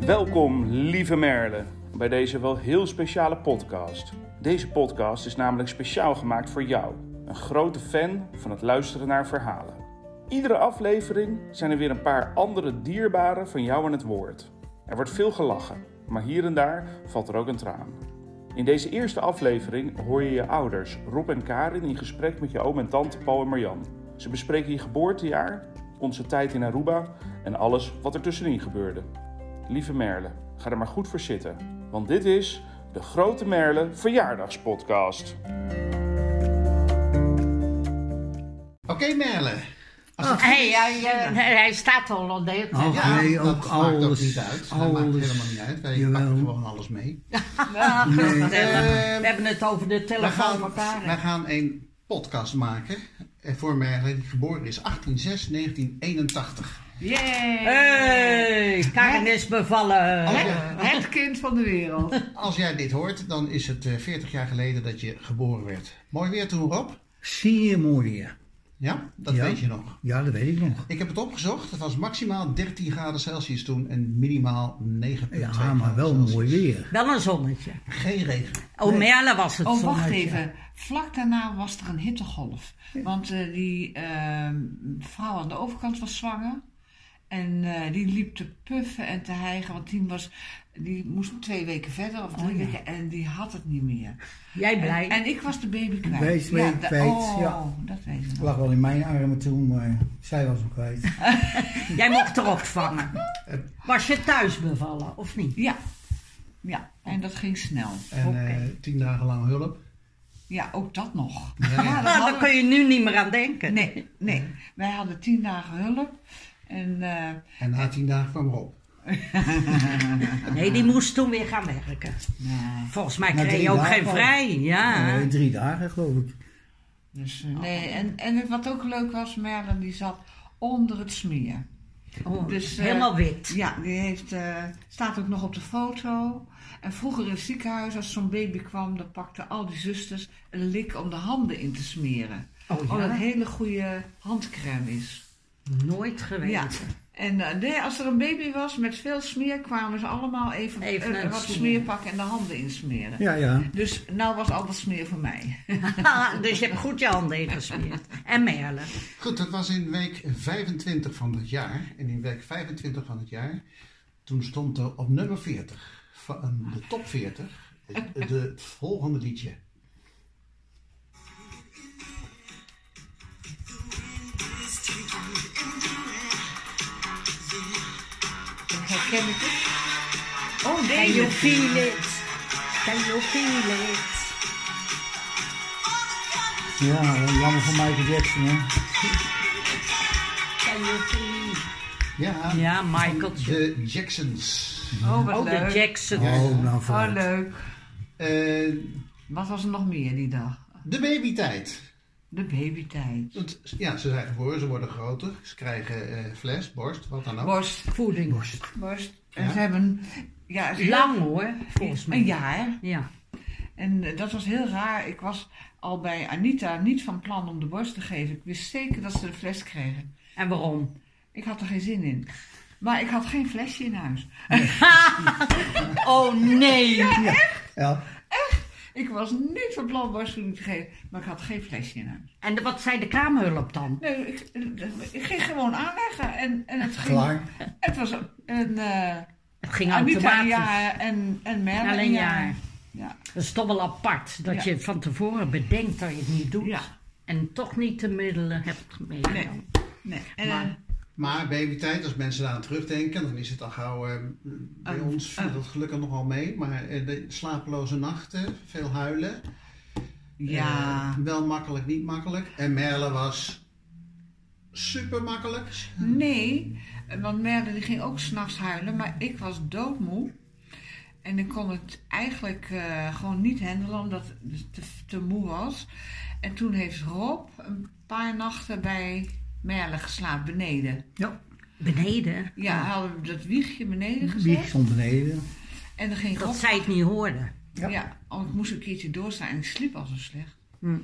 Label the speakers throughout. Speaker 1: Welkom, lieve Merle, bij deze wel heel speciale podcast. Deze podcast is namelijk speciaal gemaakt voor jou, een grote fan van het luisteren naar verhalen. Iedere aflevering zijn er weer een paar andere dierbaren van jou aan het woord. Er wordt veel gelachen, maar hier en daar valt er ook een traan. In deze eerste aflevering hoor je je ouders, Rob en Karin, in gesprek met je oom en tante Paul en Marjan. Ze bespreken je geboortejaar, onze tijd in Aruba en alles wat er tussenin gebeurde. Lieve Merle, ga er maar goed voor zitten, want dit is de Grote Merle Verjaardagspodcast.
Speaker 2: Oké, Merle.
Speaker 3: Hey, hij, eh, hij staat al op de
Speaker 4: Oh nee, ook
Speaker 2: dat maakt ook
Speaker 4: alles.
Speaker 2: niet uit. Dat maakt
Speaker 4: alles.
Speaker 2: helemaal niet uit. Wij
Speaker 4: Jawel.
Speaker 2: pakken gewoon alles mee.
Speaker 3: Ah,
Speaker 2: Eh,
Speaker 3: gelukkig. We hebben het over de
Speaker 2: wij,
Speaker 3: telefoon
Speaker 2: gaan,
Speaker 3: van
Speaker 2: wij
Speaker 3: Karin.
Speaker 2: gaan een podcast maken eh, voor Merle, die geboren is 1806-1981.
Speaker 3: Eh. Hey, Karin is bevallen.
Speaker 2: Als,
Speaker 3: Hè?
Speaker 2: jij-
Speaker 5: Het kind van de wereld.
Speaker 2: als jij dit hoort, dan is het eh, 40 jaar geleden dat je geboren werd. Mooi weer toen, Rob.
Speaker 4: Zie je mooi weer.
Speaker 2: Ja, dat
Speaker 4: Ja.
Speaker 2: weet je nog.
Speaker 4: Ja, dat weet ik nog.
Speaker 2: Ik heb het opgezocht. Het was maximaal 13 graden Celsius toen en minimaal 9,2
Speaker 4: Ja,
Speaker 2: graden
Speaker 4: maar wel
Speaker 2: Celsius.
Speaker 4: mooi weer.
Speaker 3: Wel een zonnetje.
Speaker 2: Geen regen.
Speaker 3: Oh, Merle was het
Speaker 5: Oh,
Speaker 3: zonnetje.
Speaker 5: wacht even. Vlak daarna was er een hittegolf. Want eh, die eh, vrouw aan de overkant was zwanger. En eh, die liep te puffen en te hijgen. Want die, was, die moest twee weken verder of drie weken. En die had het niet meer.
Speaker 3: Jij blij.
Speaker 5: En, en ik was de baby kwijt.
Speaker 4: Wees mee
Speaker 5: da-
Speaker 4: kwijt,
Speaker 5: Oh,
Speaker 4: ja.
Speaker 5: dat weet ik
Speaker 4: Ik
Speaker 5: nog.
Speaker 4: lag wel in mijn armen toen, maar zij was hem kwijt.
Speaker 3: Jij mocht erop vangen. Was je thuis bevallen, of niet?
Speaker 5: Ja. Ja, en dat ging snel.
Speaker 2: En
Speaker 3: Oké.
Speaker 2: eh, tien dagen lang hulp.
Speaker 5: Ja, ook dat nog.
Speaker 2: Ja, ja.
Speaker 5: dat
Speaker 3: Nou,
Speaker 5: hadden
Speaker 3: daar
Speaker 5: we-
Speaker 3: kun je nu niet meer aan denken.
Speaker 5: Nee, nee. Wij hadden tien dagen hulp. En eh,
Speaker 2: En na tien dagen kwam Rob.
Speaker 3: Nee, die moest toen weer gaan werken.
Speaker 5: nee.
Speaker 3: Volgens mij
Speaker 4: Maar
Speaker 3: kreeg
Speaker 4: drie
Speaker 3: je ook
Speaker 4: dagen
Speaker 3: geen
Speaker 4: al.
Speaker 3: vrij. Ja.
Speaker 4: Eh, drie dagen geloof ik.
Speaker 5: Dus, eh, nee. En, en het- wat ook leuk was, Merlin die zat onder het smeer.
Speaker 3: Oh,
Speaker 5: Dus, eh,
Speaker 3: helemaal wit.
Speaker 5: Ja, die heeft, eh, staat ook nog op de foto. En vroeger in het ziekenhuis, als zo'n baby kwam, dan pakten al die zusters een lik om de handen in te smeren.
Speaker 3: Oh, ja?
Speaker 5: Omdat het een hele goede handcrème is.
Speaker 3: Nooit geweten.
Speaker 5: Ja. En eh, nee, als er een baby was met veel smeer, kwamen ze allemaal even,
Speaker 3: Even
Speaker 5: eh,
Speaker 3: een
Speaker 5: wat
Speaker 3: smeer.
Speaker 5: smeer pakken en de handen insmeren.
Speaker 4: Ja, ja.
Speaker 5: Dus nou was al dat smeer voor mij.
Speaker 3: Ah, dus je hebt goed je handen ingesmeerd. En merlen.
Speaker 2: Goed, dat was in week 25 van het jaar. En in week 25 van het jaar, toen stond er op nummer 40 van de top 40 de, het volgende liedje.
Speaker 5: Herken ik het? Oh nee,
Speaker 3: Can you
Speaker 5: joh.
Speaker 3: feel it? Can you feel it?
Speaker 4: Ja, jammer van Michael Jackson hè.
Speaker 3: Can you feel it?
Speaker 2: Ja,
Speaker 3: Ja, Michael.
Speaker 2: de Jacksons.
Speaker 5: Oh, wat
Speaker 3: Oh, de
Speaker 5: leuk.
Speaker 3: Jackson.
Speaker 4: Oh, nou
Speaker 5: Oh,
Speaker 4: vooruit.
Speaker 5: leuk.
Speaker 2: Eh,
Speaker 5: Wat was er nog meer die dag?
Speaker 2: de babytijd.
Speaker 5: De babytijd.
Speaker 2: Want ja, ze zijn geboren, ze worden groter, ze krijgen eh, fles, borst, wat dan ook.
Speaker 5: Borst.
Speaker 3: Voeding.
Speaker 5: Borst. En
Speaker 2: Ja.
Speaker 5: ze hebben... Ja, ze-
Speaker 3: Lang hoor, volgens mij.
Speaker 5: Een jaar. hè?
Speaker 3: Ja.
Speaker 5: En eh, dat was heel raar. Ik was al bij Anita niet van plan om de borst te geven. Ik wist zeker dat ze de fles kregen.
Speaker 3: En waarom?
Speaker 5: Ik had er geen zin in. Maar ik had geen flesje in huis.
Speaker 3: Oh nee.
Speaker 4: Ja.
Speaker 5: Ik was niet van plan borstvoeding te geven, maar ik had geen flesje in huis.
Speaker 3: En wat zei de kraamhulp dan?
Speaker 5: Nee, ik, eh, ik ging gewoon aanleggen en, en het ging.
Speaker 4: Klaar.
Speaker 5: Het was een eh
Speaker 3: Het ging
Speaker 5: Anita een
Speaker 3: automatisch.
Speaker 5: jaar en, en Merle
Speaker 3: Alleen
Speaker 5: een jaar.
Speaker 3: jaar.
Speaker 5: Ja.
Speaker 3: Dat is toch wel apart. Dat
Speaker 5: Ja.
Speaker 3: je van tevoren bedenkt dat je het niet doet.
Speaker 5: Ja.
Speaker 3: En toch niet de middelen hebt meegenomen.
Speaker 5: Nee. Nee. En,
Speaker 3: Maar-
Speaker 5: eh,
Speaker 2: Maar babytijd, als mensen daaraan terugdenken, dan is het al gauw, eh, bij
Speaker 5: Ah,
Speaker 2: ons viel
Speaker 5: ah.
Speaker 2: dat gelukkig nogal mee, maar eh, de slapeloze nachten, veel huilen.
Speaker 5: ja.
Speaker 2: Eh, wel makkelijk, niet makkelijk. En Merle was super makkelijk.
Speaker 5: Nee, want Merle die ging ook s'nachts huilen, maar ik was doodmoe. En ik kon het eigenlijk eh, gewoon niet handelen, omdat het te, te moe was. En toen heeft Rob een paar nachten bij Merle geslapen, beneden.
Speaker 4: Ja.
Speaker 3: Beneden.
Speaker 5: Ja, hij had dat wiegje beneden
Speaker 4: Wie
Speaker 5: gezet.
Speaker 4: stond beneden.
Speaker 5: En dan ging Rob
Speaker 3: Dat zij het niet hoorde.
Speaker 4: Ja.
Speaker 5: Ja. want ik moest een keertje doorstaan en ik sliep al zo slecht.
Speaker 3: Hm.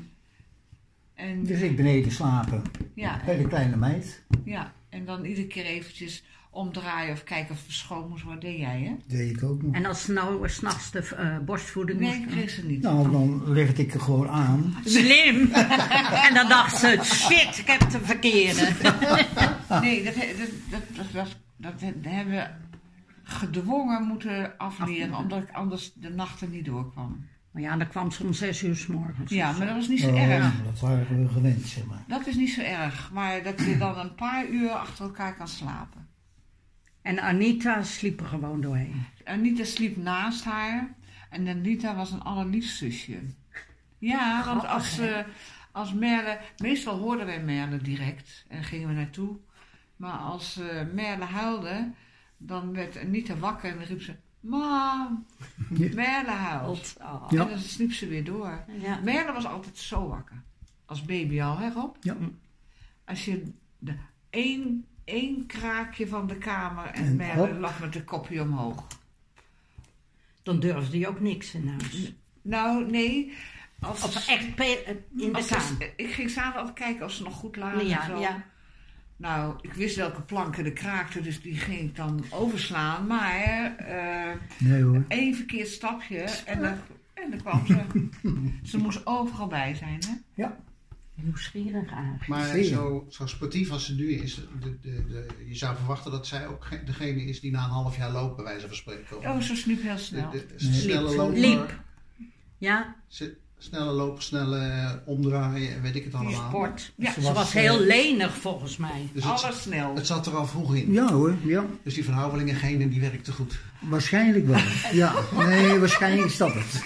Speaker 5: En
Speaker 4: Dus ik beneden slapen.
Speaker 5: ja,
Speaker 4: Bij de kleine meid.
Speaker 5: ja, En dan iedere keer eventjes omdraaien of kijken of het schoon moest worden. Deed jij, hè?
Speaker 4: deed ik ook nog.
Speaker 6: En als ze nou s'nachts de eh, borstvoeding
Speaker 5: Nee, ik
Speaker 6: moest-
Speaker 5: kreeg ze niet.
Speaker 4: Nou, dan legde ik er gewoon aan.
Speaker 6: Slim! en dan dacht ze, shit, ik heb de verkeerde.
Speaker 5: Nee, dat, he- dat, dat, dat, was, dat he- hebben we gedwongen moeten afleren,
Speaker 6: Afleren.
Speaker 5: omdat ik anders de nachten niet doorkwam.
Speaker 6: Maar ja, dan kwam ze om zes uur s morgens.
Speaker 5: Ja, maar dat was niet zo
Speaker 4: Oh,
Speaker 5: erg.
Speaker 4: Dat waren we gewend, zeg maar.
Speaker 5: Dat is niet zo erg, maar dat je dan een paar uur achter elkaar kan slapen.
Speaker 6: En Anita sliep er gewoon doorheen.
Speaker 5: Anita sliep naast haar en Anita was een allerliefst zusje. Ja, want
Speaker 6: Grappig,
Speaker 5: als,
Speaker 6: hè?
Speaker 5: eh, als Merle... Meestal hoorden wij Merle direct en gingen we naartoe. Maar als eh, Merle huilde, dan werd Anita wakker en dan riep ze... Mam,
Speaker 4: Ja.
Speaker 5: Merle huilt.
Speaker 6: Oh.
Speaker 4: Ja.
Speaker 5: En dan sliep ze weer door.
Speaker 6: Ja.
Speaker 5: Merle was altijd zo wakker. Als baby al, hè Rob?
Speaker 4: Ja.
Speaker 5: Als je de één, één kraakje van de kamer en,
Speaker 4: En
Speaker 5: Merle
Speaker 4: hop.
Speaker 5: lag met een kopje omhoog.
Speaker 6: Dan durfde je ook niks in huis.
Speaker 5: Nou, nee. Als,
Speaker 6: Of echt pe- eh, in de
Speaker 5: als ze-
Speaker 6: kamer.
Speaker 5: ik ging samen altijd kijken of ze nog goed lagen. en
Speaker 6: Ja,
Speaker 5: zo.
Speaker 6: ja.
Speaker 5: Nou, ik wist welke planken er kraakten, dus die ging ik dan overslaan. Maar eh
Speaker 4: Nee hoor.
Speaker 5: één verkeerd stapje en dan, en dan kwam ze. ze moest overal bij zijn, hè?
Speaker 4: Ja.
Speaker 6: Nieuwsgierig eigenlijk.
Speaker 4: Zie
Speaker 2: Maar
Speaker 4: je.
Speaker 2: zo, zo sportief als ze nu is, de, de, de, je zou verwachten dat zij ook ge- degene is die na een half jaar loopt, bij wijze van spreken.
Speaker 5: Oh, ze sliep heel
Speaker 2: de,
Speaker 5: snel.
Speaker 2: de, de
Speaker 4: Nee.
Speaker 2: snelle
Speaker 4: Liep.
Speaker 2: loper,
Speaker 6: Liep. Ja,
Speaker 2: ze- snelle lopen, snelle eh, omdraaien en weet ik het allemaal.
Speaker 6: sport. Ja,
Speaker 5: Ze
Speaker 6: ze
Speaker 4: was,
Speaker 6: was,
Speaker 4: eh,
Speaker 6: heel lenig volgens mij.
Speaker 2: Dus het,
Speaker 5: Alles snel.
Speaker 2: het zat er al vroeg in.
Speaker 4: Ja hoor, ja.
Speaker 2: Dus die verhoudingen genen die werkte goed.
Speaker 4: Waarschijnlijk wel. Ja. Nee, waarschijnlijk is dat het.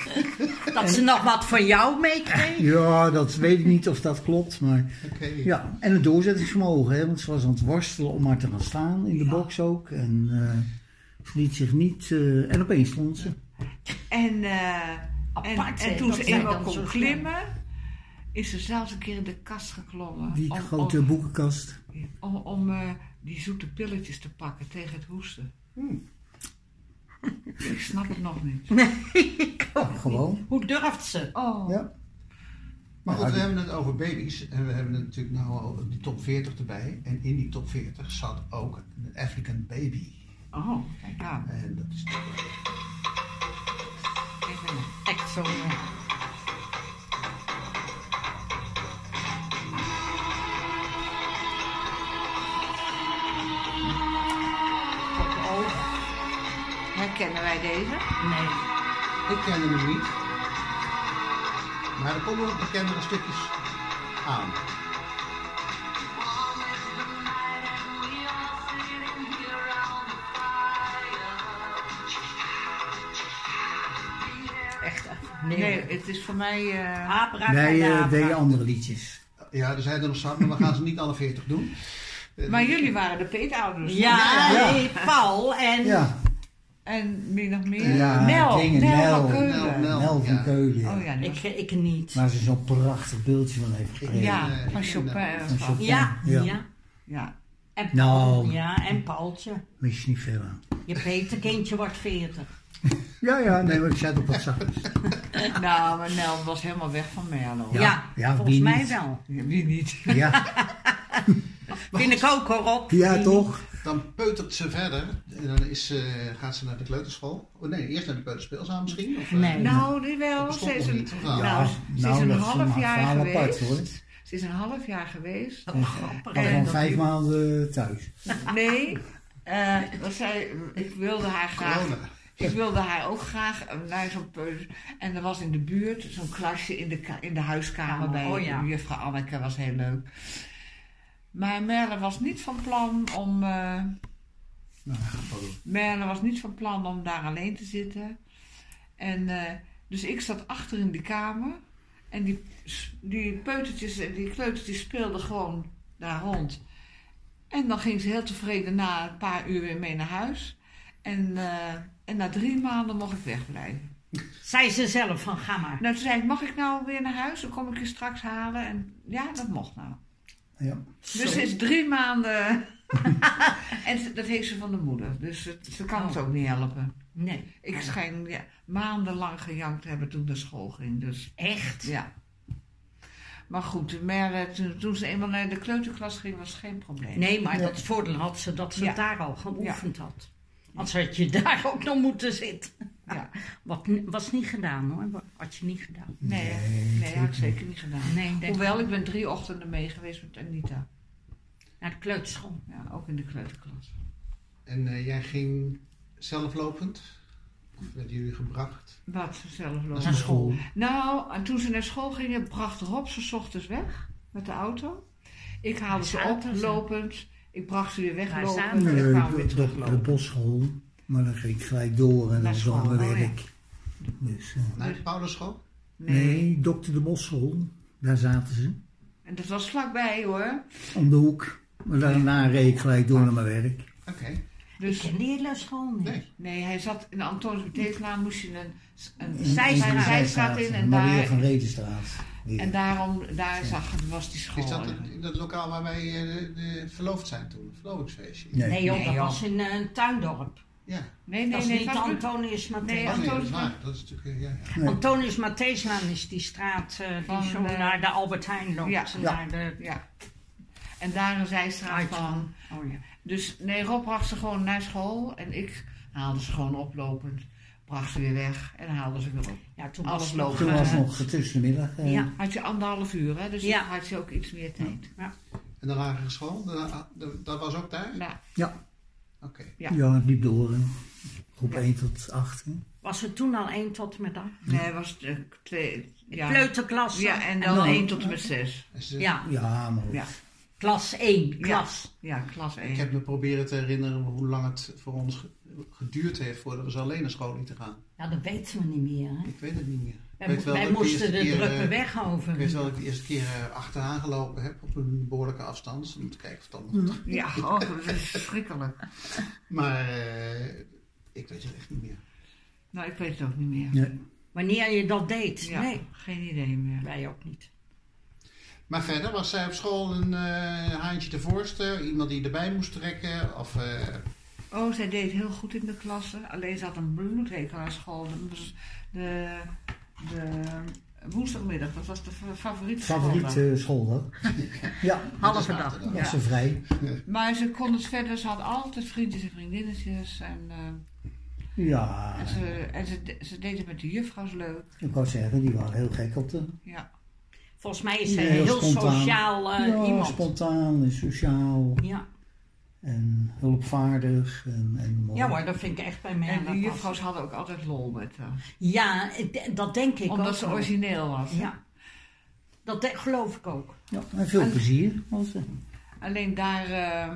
Speaker 6: Dat ze nog wat van jou meekreeg.
Speaker 4: Ja, dat weet ik niet of dat klopt, maar...
Speaker 2: Oké.
Speaker 4: Ja, en het doorzettingsvermogen, hè, want ze was aan het worstelen om maar te gaan staan, in de
Speaker 5: Ja.
Speaker 4: box ook. En eh, ze liet zich niet... eh, en opeens stond ze.
Speaker 5: En, eh, en,
Speaker 6: Apart,
Speaker 5: en
Speaker 6: hè,
Speaker 5: toen
Speaker 6: dat
Speaker 5: ze
Speaker 6: zij
Speaker 5: eenmaal
Speaker 6: dan zo
Speaker 5: kon
Speaker 6: snel-
Speaker 5: klimmen, is ze zelfs een keer in de kast geklommen.
Speaker 4: Die
Speaker 5: om-
Speaker 4: grote
Speaker 5: om-
Speaker 4: boekenkast.
Speaker 5: Om, om eh, die zoete pilletjes te pakken tegen het hoesten.
Speaker 4: Hmm.
Speaker 5: Ik snap het nog niet.
Speaker 4: Gewoon.
Speaker 6: Hoe durft ze?
Speaker 5: Oh,
Speaker 4: Ja.
Speaker 2: Maar
Speaker 4: Ja,
Speaker 2: goed, we
Speaker 4: die-
Speaker 2: hebben het over baby's en we hebben natuurlijk nu al die top 40 erbij. En in die top 40 zat ook een African baby.
Speaker 5: oh kijk aan.
Speaker 2: En dat is
Speaker 5: Kijk aan.
Speaker 6: Echt zo. eh,
Speaker 5: Herkennen wij deze?
Speaker 6: Nee.
Speaker 2: Ik kende hem niet. Maar er komen wat bekendere stukjes aan.
Speaker 6: Echt. eh, Nee.
Speaker 5: Nee, het is voor mij... eh,
Speaker 6: Abra,
Speaker 4: Wij eh,
Speaker 6: kadabra.
Speaker 4: deden andere liedjes.
Speaker 2: Ja, er zijn er nog zat, maar we gaan ze niet alle 40 doen. Eh,
Speaker 5: maar jullie waren de peetouders.
Speaker 6: Ja,
Speaker 4: Ja.
Speaker 6: nee, Paul en...
Speaker 4: Ja,
Speaker 5: En wie nog meer?
Speaker 4: Ja,
Speaker 5: Nel.
Speaker 4: dingen,
Speaker 5: Nel
Speaker 4: Nel,
Speaker 5: van Keulen.
Speaker 2: Nel, Nel.
Speaker 4: Nel van
Speaker 2: ja.
Speaker 4: Keulen. ja.
Speaker 5: Oh ja, die
Speaker 6: Ik,
Speaker 5: was-
Speaker 6: ik niet.
Speaker 4: Waar ze zo'n prachtig beeldje van heeft gekregen.
Speaker 2: eh,
Speaker 5: ja,
Speaker 2: ik
Speaker 5: van
Speaker 2: ben
Speaker 5: Chopin.
Speaker 2: daar.
Speaker 5: en
Speaker 4: Van
Speaker 5: van-
Speaker 4: Chopin.
Speaker 6: Ja,
Speaker 4: Ja.
Speaker 6: ja.
Speaker 5: Ja.
Speaker 6: En
Speaker 4: Nou.
Speaker 6: Paul, ja, en Paultje.
Speaker 4: Wist je niet veel aan.
Speaker 6: Je peterkindje wordt 40.
Speaker 4: Ja, ja, nee, maar ik zei het op wat zachtjes.
Speaker 5: Nou, maar Nel was helemaal weg van Merlo.
Speaker 4: Ja.
Speaker 6: Ja,
Speaker 4: ja,
Speaker 6: volgens
Speaker 4: wie
Speaker 6: mij
Speaker 4: niet?
Speaker 6: wel.
Speaker 5: Wie niet?
Speaker 4: Ja,
Speaker 6: Vind ik ook hoor, Rob.
Speaker 4: ja
Speaker 6: Die-
Speaker 4: toch?
Speaker 2: Dan peutert ze verder. En dan is, eh, gaat ze naar de kleuterschool. Oh nee, eerst naar de kleuterspeelzaal misschien? Of, eh,
Speaker 6: Nee.
Speaker 5: Nou, die wel.
Speaker 2: Dat
Speaker 5: Ze
Speaker 2: bestond
Speaker 5: is
Speaker 2: nog
Speaker 5: een,
Speaker 2: niet, of wel?
Speaker 5: nou,
Speaker 4: Ja,
Speaker 5: ze is
Speaker 4: nou,
Speaker 5: een
Speaker 4: dat is
Speaker 5: half
Speaker 4: een
Speaker 5: jaar
Speaker 4: verhaal apart,
Speaker 5: geweest.
Speaker 4: hoor.
Speaker 5: Ze is een half jaar geweest.
Speaker 6: Oh, grappig.
Speaker 4: Ik was
Speaker 5: En eh,
Speaker 4: gewoon
Speaker 5: dat-
Speaker 4: vijf maanden thuis.
Speaker 5: Nee, eh, want zij, ik wilde haar graag.
Speaker 2: Corona.
Speaker 5: Ik wilde haar ook graag eh, naar zo'n peu- En er was in de buurt zo'n klasje in de, ka- in de huiskamer
Speaker 6: Oh,
Speaker 5: bij
Speaker 6: oh ja.
Speaker 5: juffrouw Anneke. was heel leuk. Maar Merle was niet van plan om... eh,
Speaker 2: Nou, dat gaat wel doen.
Speaker 5: Merle was niet van plan om daar alleen te zitten. En, eh, dus ik zat achter in de kamer. En die, die peutertjes en die kleutertjes speelden gewoon daar rond. En dan ging ze heel tevreden na een paar uur weer mee naar huis. En, eh, en na drie maanden mocht ik wegblijven.
Speaker 6: Zei ze zelf van, ga maar.
Speaker 5: Nou, toen zei ik, mag ik nou weer naar huis? Dan kom ik je straks halen. En ja, dat mocht nou.
Speaker 4: Ja.
Speaker 5: Dus
Speaker 6: Zo.
Speaker 5: ze is drie maanden... en ze- dat heeft ze van de moeder. Dus ze, ze kan
Speaker 3: Oh.
Speaker 5: het ook niet helpen.
Speaker 6: Nee.
Speaker 5: Ik schijn ja, maandenlang gejankt te hebben toen ik naar school ging. Dus
Speaker 6: Echt?
Speaker 5: ja. Maar goed, Merle, toen, toen ze eenmaal naar de kleuterklas ging, was het geen probleem.
Speaker 3: Nee, maar dat voordeel had ze dat ze
Speaker 5: Ja.
Speaker 3: daar al geoefend had. Anders had je daar ook nog moeten zitten.
Speaker 5: Ja.
Speaker 3: Wat n- was niet gedaan hoor, had je niet gedaan.
Speaker 5: Nee, hè? nee, had ik zeker niet gedaan.
Speaker 3: Nee, ik denk
Speaker 5: Hoewel, ik ben drie ochtenden mee geweest met Anita.
Speaker 3: naar de kleuterschool.
Speaker 5: Ja, ook in de kleuterklas.
Speaker 2: En eh, jij ging zelf lopend? Of werden jullie gebracht?
Speaker 5: Wat ze zelf
Speaker 2: Dat is
Speaker 5: lopen.
Speaker 2: een
Speaker 3: school.
Speaker 5: Nou, en toen ze naar school gingen, bracht Rob ze 's ochtends weg met de auto. Ik haalde
Speaker 3: Met
Speaker 5: ze
Speaker 3: de
Speaker 5: op,
Speaker 3: auto's, hè?
Speaker 5: lopend. Ik bracht ze weer
Speaker 3: Daar
Speaker 5: weglopend.
Speaker 3: samen.
Speaker 5: En ik
Speaker 4: Nee,
Speaker 5: kwam
Speaker 4: dat
Speaker 5: weer
Speaker 4: dat- Eh, de
Speaker 5: teruglopen.
Speaker 4: bosschool. Maar dan ging ik gelijk door en
Speaker 5: Naar
Speaker 4: dat was
Speaker 5: school,
Speaker 4: allemaal
Speaker 5: oh ja.
Speaker 4: werk. Dus, eh,
Speaker 2: Naar de Paulusschool?
Speaker 4: nee, dokter de Bosschool. Daar zaten ze.
Speaker 5: En dat was vlakbij hoor.
Speaker 4: Om de hoek. Maar daarna reed ik gelijk door naar mijn werk.
Speaker 2: Oké.
Speaker 3: Ik
Speaker 5: Dus
Speaker 3: ken die hele school niet.
Speaker 2: Nee.
Speaker 5: nee, hij zat in de Antonis Beteeklaan, moest je een,
Speaker 4: In
Speaker 5: een
Speaker 4: de
Speaker 5: zijstraat zijstraat in en
Speaker 4: Maria
Speaker 5: daar.
Speaker 4: van Redenstraat. Ja.
Speaker 5: En daarom, daar zag, was die school.
Speaker 2: Is dat het, in dat lokaal waar wij eh, de- verloofd zijn toen? Verlovingsfeestje?
Speaker 4: Nee.
Speaker 3: Nee, joh, dat
Speaker 5: Nee, joh.
Speaker 3: was in eh, een tuindorp.
Speaker 2: Ja.
Speaker 5: Nee,
Speaker 3: dat
Speaker 5: nee,
Speaker 3: is
Speaker 5: nee.
Speaker 3: niet
Speaker 5: het was-
Speaker 3: Antonius Matthäus.
Speaker 5: Nee,
Speaker 2: Oh, nee, dat is
Speaker 5: Antonius
Speaker 2: waar. Dat is natuurlijk... eh, ja, ja.
Speaker 4: Nee.
Speaker 3: Antonius Matthäuslaan is die straat eh, die
Speaker 5: Van,
Speaker 3: zo
Speaker 5: eh,
Speaker 3: naar de Albert Heijn loopt.
Speaker 5: ja.
Speaker 3: en
Speaker 4: Ja.
Speaker 3: Naar de,
Speaker 5: Ja. En daar een zijstraat
Speaker 3: Uit.
Speaker 5: van.
Speaker 3: oh ja.
Speaker 5: Dus nee, Rob bracht ze gewoon naar school en ik haalde ze gewoon oplopend. Bracht ze weer weg en haalde ze weer op.
Speaker 3: ja, toen
Speaker 5: Alles
Speaker 3: was het
Speaker 5: loopt.
Speaker 3: nog,
Speaker 4: Toen
Speaker 3: eh,
Speaker 4: was het nog tussenmiddag. eh,
Speaker 3: Ja.
Speaker 5: Had je anderhalf uur, hè? Dus
Speaker 3: Ja.
Speaker 5: dan had je ook iets meer tijd.
Speaker 2: En de lagere school? de- ah, de- dat was ook daar?
Speaker 5: Nou,
Speaker 2: Oké.
Speaker 5: Ja.
Speaker 4: Ja, het liep door. hè. Groep
Speaker 5: Ja.
Speaker 4: 1 tot 8. hè.
Speaker 3: Was het toen al 1 tot en met 8?
Speaker 5: nee, was het eh, twee. Ja.
Speaker 3: Kleuterklas.
Speaker 5: Ja, en dan één tot en met zes.
Speaker 2: En ze-
Speaker 3: Ja,
Speaker 4: Ja, maar goed.
Speaker 5: Ja.
Speaker 3: klas 1, klas.
Speaker 5: Ja, klas één.
Speaker 2: Ik heb me proberen te herinneren hoe lang het voor ons ge- geduurd heeft voordat we zo alleen naar school lieten gaan.
Speaker 3: Ja, dat weten we niet meer. Hè?
Speaker 2: Ik weet het niet meer. Ik
Speaker 3: Wij,
Speaker 2: weet wel
Speaker 3: wij
Speaker 2: dat ik
Speaker 3: moesten de
Speaker 2: eerste keer,
Speaker 3: drukke
Speaker 2: eh,
Speaker 3: weg over.
Speaker 2: Ik weet wel dat ik de eerste keer eh, achteraan gelopen heb op een behoorlijke afstand. Om te kijken of het dan nog...
Speaker 5: Ja, oh, dat is verschrikkelijk.
Speaker 2: Maar eh, ik weet het echt niet meer.
Speaker 5: Nou, ik weet het ook niet meer.
Speaker 4: Nee.
Speaker 3: Wanneer je dat deed?
Speaker 5: Ja,
Speaker 3: Nee,
Speaker 5: geen idee meer.
Speaker 3: wij ook niet.
Speaker 2: Maar verder was zij op school een eh, haantje de voorste. Iemand die erbij moest trekken. Of eh,
Speaker 5: Oh, zij deed heel goed in de klasse. Alleen ze had een bloedhekel aan school. Dat was De, de woensdagmiddag, dat was de fa- favoriete schooldag.
Speaker 4: Favoriete school, hoor. ja,
Speaker 3: Halve
Speaker 2: dat is
Speaker 3: dag.
Speaker 2: later dan.
Speaker 4: was ze vrij.
Speaker 5: Maar ze kon het verder, ze had altijd vriendjes en vriendinnetjes. En, eh,
Speaker 4: Ja,
Speaker 5: en, ze, en ze, de- ze deed het met de juffrouws leuk.
Speaker 4: ik wou zeggen, die waren heel gek op de...
Speaker 5: Ja.
Speaker 3: Volgens mij is hij
Speaker 4: Heel
Speaker 3: heel,
Speaker 4: spontaan.
Speaker 3: sociaal eh,
Speaker 4: ja,
Speaker 3: iemand.
Speaker 4: spontaan en sociaal
Speaker 3: Ja.
Speaker 4: en hulpvaardig en, en mooi.
Speaker 3: ja hoor, dat vind ik echt bij mij.
Speaker 5: En de juffrouws hadden ook altijd lol met haar.
Speaker 3: Ja, ik- dat denk ik ook
Speaker 5: Omdat ze
Speaker 3: wel.
Speaker 5: origineel was.
Speaker 3: Ja, dat de- geloof ik ook.
Speaker 4: Ja, en veel plezier was er.
Speaker 5: Alleen daar, eh,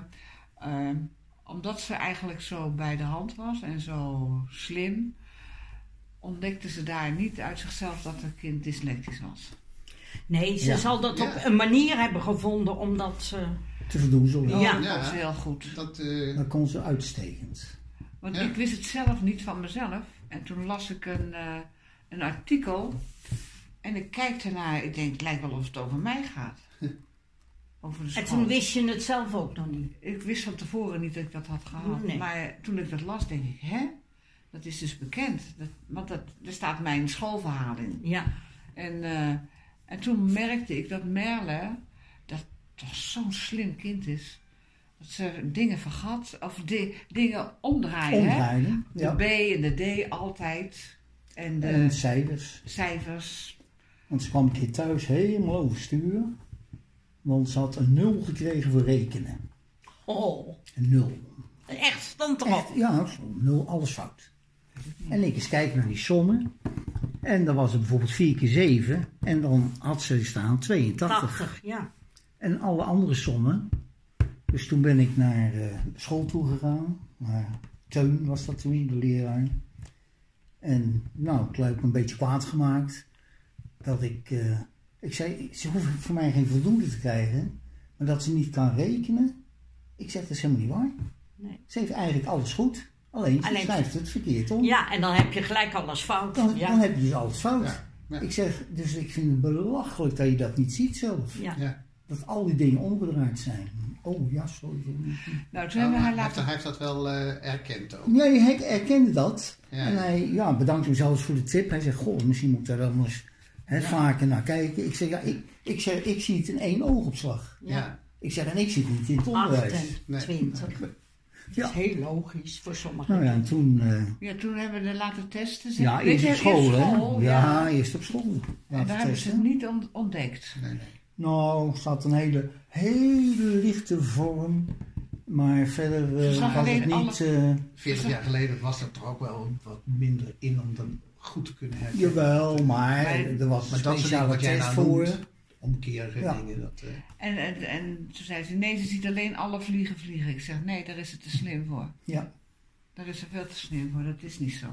Speaker 5: eh, omdat ze eigenlijk zo bij de hand was en zo slim, ontdekte ze daar niet uit zichzelf dat het kind dyslectisch was.
Speaker 3: Nee, ze
Speaker 4: Ja.
Speaker 3: zal dat
Speaker 2: Ja.
Speaker 3: op een manier hebben gevonden omdat ze...
Speaker 4: Te verdoezelen.
Speaker 3: Ja.
Speaker 5: dat
Speaker 2: Ja.
Speaker 5: was heel goed.
Speaker 2: dat... eh,
Speaker 4: Dat kon ze uitstekend.
Speaker 5: Want
Speaker 2: Ja.
Speaker 5: ik wist het zelf niet van mezelf. En toen las ik een, eh, een artikel en ik kijk ernaar. Ik denk, het lijkt wel of het over mij gaat. Over de
Speaker 3: En
Speaker 5: school.
Speaker 3: toen wist je het zelf ook nog niet.
Speaker 5: Ik wist van tevoren niet dat ik dat had gehad.
Speaker 3: Nee.
Speaker 5: Maar eh, toen ik dat las, denk ik, hè? Dat is dus bekend. Dat, want dat, daar staat mijn schoolverhaal in.
Speaker 3: Ja,
Speaker 5: En, eh, en toen merkte ik dat Merle, dat toch zo'n slim kind is. Dat ze dingen vergat, of di- dingen omdraaien. Hè?
Speaker 4: Omdraaien.
Speaker 5: De
Speaker 4: Ja.
Speaker 5: B en de D altijd. En de
Speaker 4: En cijfers.
Speaker 5: cijfers.
Speaker 4: Want ze kwam een keer thuis helemaal overstuur. Want ze had een nul gekregen voor rekenen.
Speaker 3: oh,
Speaker 4: Een nul.
Speaker 3: echt stond erop.
Speaker 4: Echt, ja, zo'n nul, alles fout. En ik eens kijk naar die sommen. En dan was er bijvoorbeeld 4 keer 7. En dan had ze staan 82.
Speaker 3: 80, ja.
Speaker 4: En alle andere sommen. Dus toen ben ik naar eh, school toe gegaan. Naar Teun was dat toen, de leraar. En nou, ik heb me een beetje kwaad gemaakt. Dat ik... eh, ik zei, ze hoeven voor mij geen voldoende te krijgen. Maar dat ze niet kan rekenen. Ik zeg, dat is helemaal niet waar.
Speaker 3: Nee.
Speaker 4: Ze heeft eigenlijk alles goed. Alleen ze
Speaker 3: Alleen-
Speaker 4: schrijft het verkeerd om.
Speaker 3: Ja, en dan heb je gelijk alles fout.
Speaker 4: Dan, dan
Speaker 3: Ja,
Speaker 4: heb je dus alles fout.
Speaker 2: Ja, ja.
Speaker 4: Ik zeg, dus ik vind het belachelijk dat je dat niet ziet zelf.
Speaker 3: ja.
Speaker 2: ja.
Speaker 4: Dat al die dingen omgedraaid zijn. Oh ja, sorry.
Speaker 5: Nou, toen hebben we
Speaker 2: hij,
Speaker 5: haar
Speaker 2: heeft,
Speaker 5: laten...
Speaker 2: hij heeft dat wel eh, erkend ook.
Speaker 4: Nee, hij herkende dat.
Speaker 2: Ja.
Speaker 4: En hij ja, bedankt hem zelfs voor de tip. Hij zegt, goh, misschien moet ik daar anders... Hè, Vaker naar kijken. Ik zeg, ja, ik, ik, zeg, ik zie het in één oogopslag.
Speaker 3: Ja.
Speaker 4: Ik zeg, en ik zit niet in het onderwijs.
Speaker 3: 28.
Speaker 4: Ja.
Speaker 3: Dat is heel logisch voor sommigen.
Speaker 4: Nou ja, en toen... eh,
Speaker 5: Ja, toen hebben we er laten testen. zeg.
Speaker 4: ja,
Speaker 5: Weet
Speaker 4: eerst
Speaker 5: je,
Speaker 4: op school,
Speaker 5: school,
Speaker 4: hè?
Speaker 5: ja.
Speaker 4: Ja, eerst op school.
Speaker 5: En
Speaker 4: Laten
Speaker 5: daar hebben ze
Speaker 4: testen.
Speaker 5: het niet on- ontdekt.
Speaker 2: Nee, nee.
Speaker 4: Nou, er staat een hele, hele lichte vorm. Maar verder eh,
Speaker 5: Ze zag
Speaker 4: was het
Speaker 5: alleen
Speaker 4: niet... eh,
Speaker 2: 40
Speaker 5: Dus-
Speaker 2: jaar geleden was dat er ook wel wat minder in om dat goed te kunnen hebben.
Speaker 4: jawel, maar
Speaker 5: Maar-
Speaker 4: er was een
Speaker 2: Maar dat is
Speaker 4: speciale
Speaker 2: wat jij nou
Speaker 4: test voor.
Speaker 2: noemt. Omkeren
Speaker 4: Ja.
Speaker 2: dingen. Dat, eh,
Speaker 5: En, en, en toen zei ze, nee, ze ziet alleen alle vliegen vliegen. Ik zeg, nee, daar is het te slim voor.
Speaker 4: Ja.
Speaker 5: Daar is ze veel te slim voor, dat is niet zo.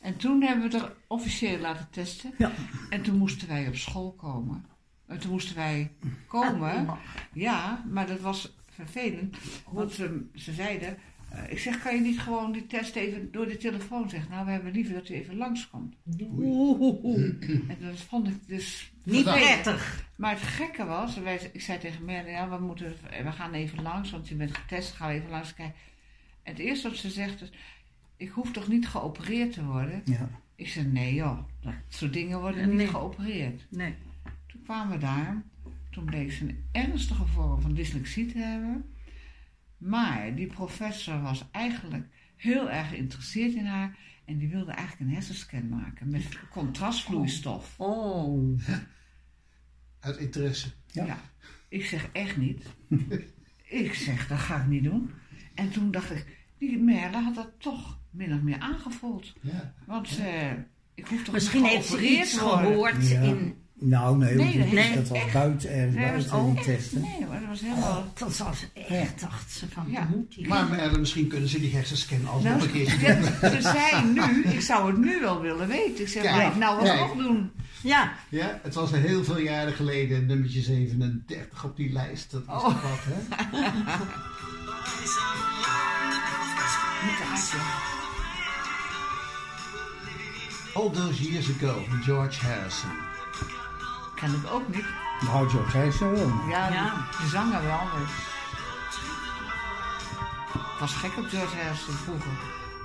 Speaker 5: En toen hebben we het er officieel laten testen.
Speaker 4: Ja.
Speaker 5: En toen moesten wij op school komen. En toen moesten wij komen. Ja, maar dat was vervelend. Want ze, ze zeiden, eh, ik zeg, kan je niet gewoon die test even door de telefoon zeggen? Nou, we hebben liever dat u even langskomt. En dat vond ik dus
Speaker 3: Niet
Speaker 5: vervelend.
Speaker 3: prettig.
Speaker 5: Maar het gekke was, wij, ik zei tegen Merle, ja, we, moeten, we gaan even langs, want je bent getest, gaan we even langs kijken. En het eerste wat ze zegt is, ik hoef toch niet geopereerd te worden?
Speaker 4: ja.
Speaker 5: Ik zei, nee joh, dat soort dingen worden
Speaker 3: Nee.
Speaker 5: niet geopereerd.
Speaker 3: Nee.
Speaker 5: Toen kwamen we daar, toen bleek ze een ernstige vorm van dyslexie te hebben. Maar die professor was eigenlijk heel erg geïnteresseerd in haar en die wilde eigenlijk een hersenscan maken met contrastvloeistof.
Speaker 3: Oh.
Speaker 2: uit interesse.
Speaker 4: Ja.
Speaker 5: Ja, ik zeg echt niet. ik zeg, dat ga ik niet doen. En toen dacht ik, die Merle had dat toch min of meer aangevoeld.
Speaker 2: Ja.
Speaker 5: Want eh, ik hoef toch
Speaker 3: Misschien
Speaker 5: niet
Speaker 3: heeft ze
Speaker 5: geopereerd
Speaker 3: iets
Speaker 5: te worden.
Speaker 3: gehoord
Speaker 4: Ja.
Speaker 3: in...
Speaker 4: Nou, nee,
Speaker 5: Nee,
Speaker 4: dat,
Speaker 5: nee,
Speaker 4: dat was
Speaker 5: echt.
Speaker 4: buiten, ergens
Speaker 5: Nee, dat was
Speaker 4: buiten die
Speaker 5: echt-
Speaker 4: testen.
Speaker 5: Nee, maar dat was helemaal...
Speaker 3: Oh, Dat was echt, dacht ze van,
Speaker 5: Ja.
Speaker 3: moet die...
Speaker 2: Maar Merle, misschien kunnen ze die hersenscan alsnog
Speaker 5: Nou,
Speaker 2: een keertje doen.
Speaker 5: ze- ze zei nu, ik zou het nu wel willen weten. Ik zeg,
Speaker 2: Kijk,
Speaker 5: laat ik nou wat
Speaker 2: kijk.
Speaker 5: nog doen.
Speaker 3: ja,
Speaker 2: Ja, het was heel veel jaren geleden, nummertje 37 op die lijst. Dat was
Speaker 5: Oh.
Speaker 2: toch wat, hè?
Speaker 5: Met de hartje.
Speaker 2: All Those Years Ago van George Harrison.
Speaker 5: Ken ik ook niet.
Speaker 4: Nou, George Harrison wel. maar-
Speaker 5: Ja,
Speaker 3: Ja.
Speaker 5: de zanger wel. Maar... Ik was gek op George Harrison vroeger.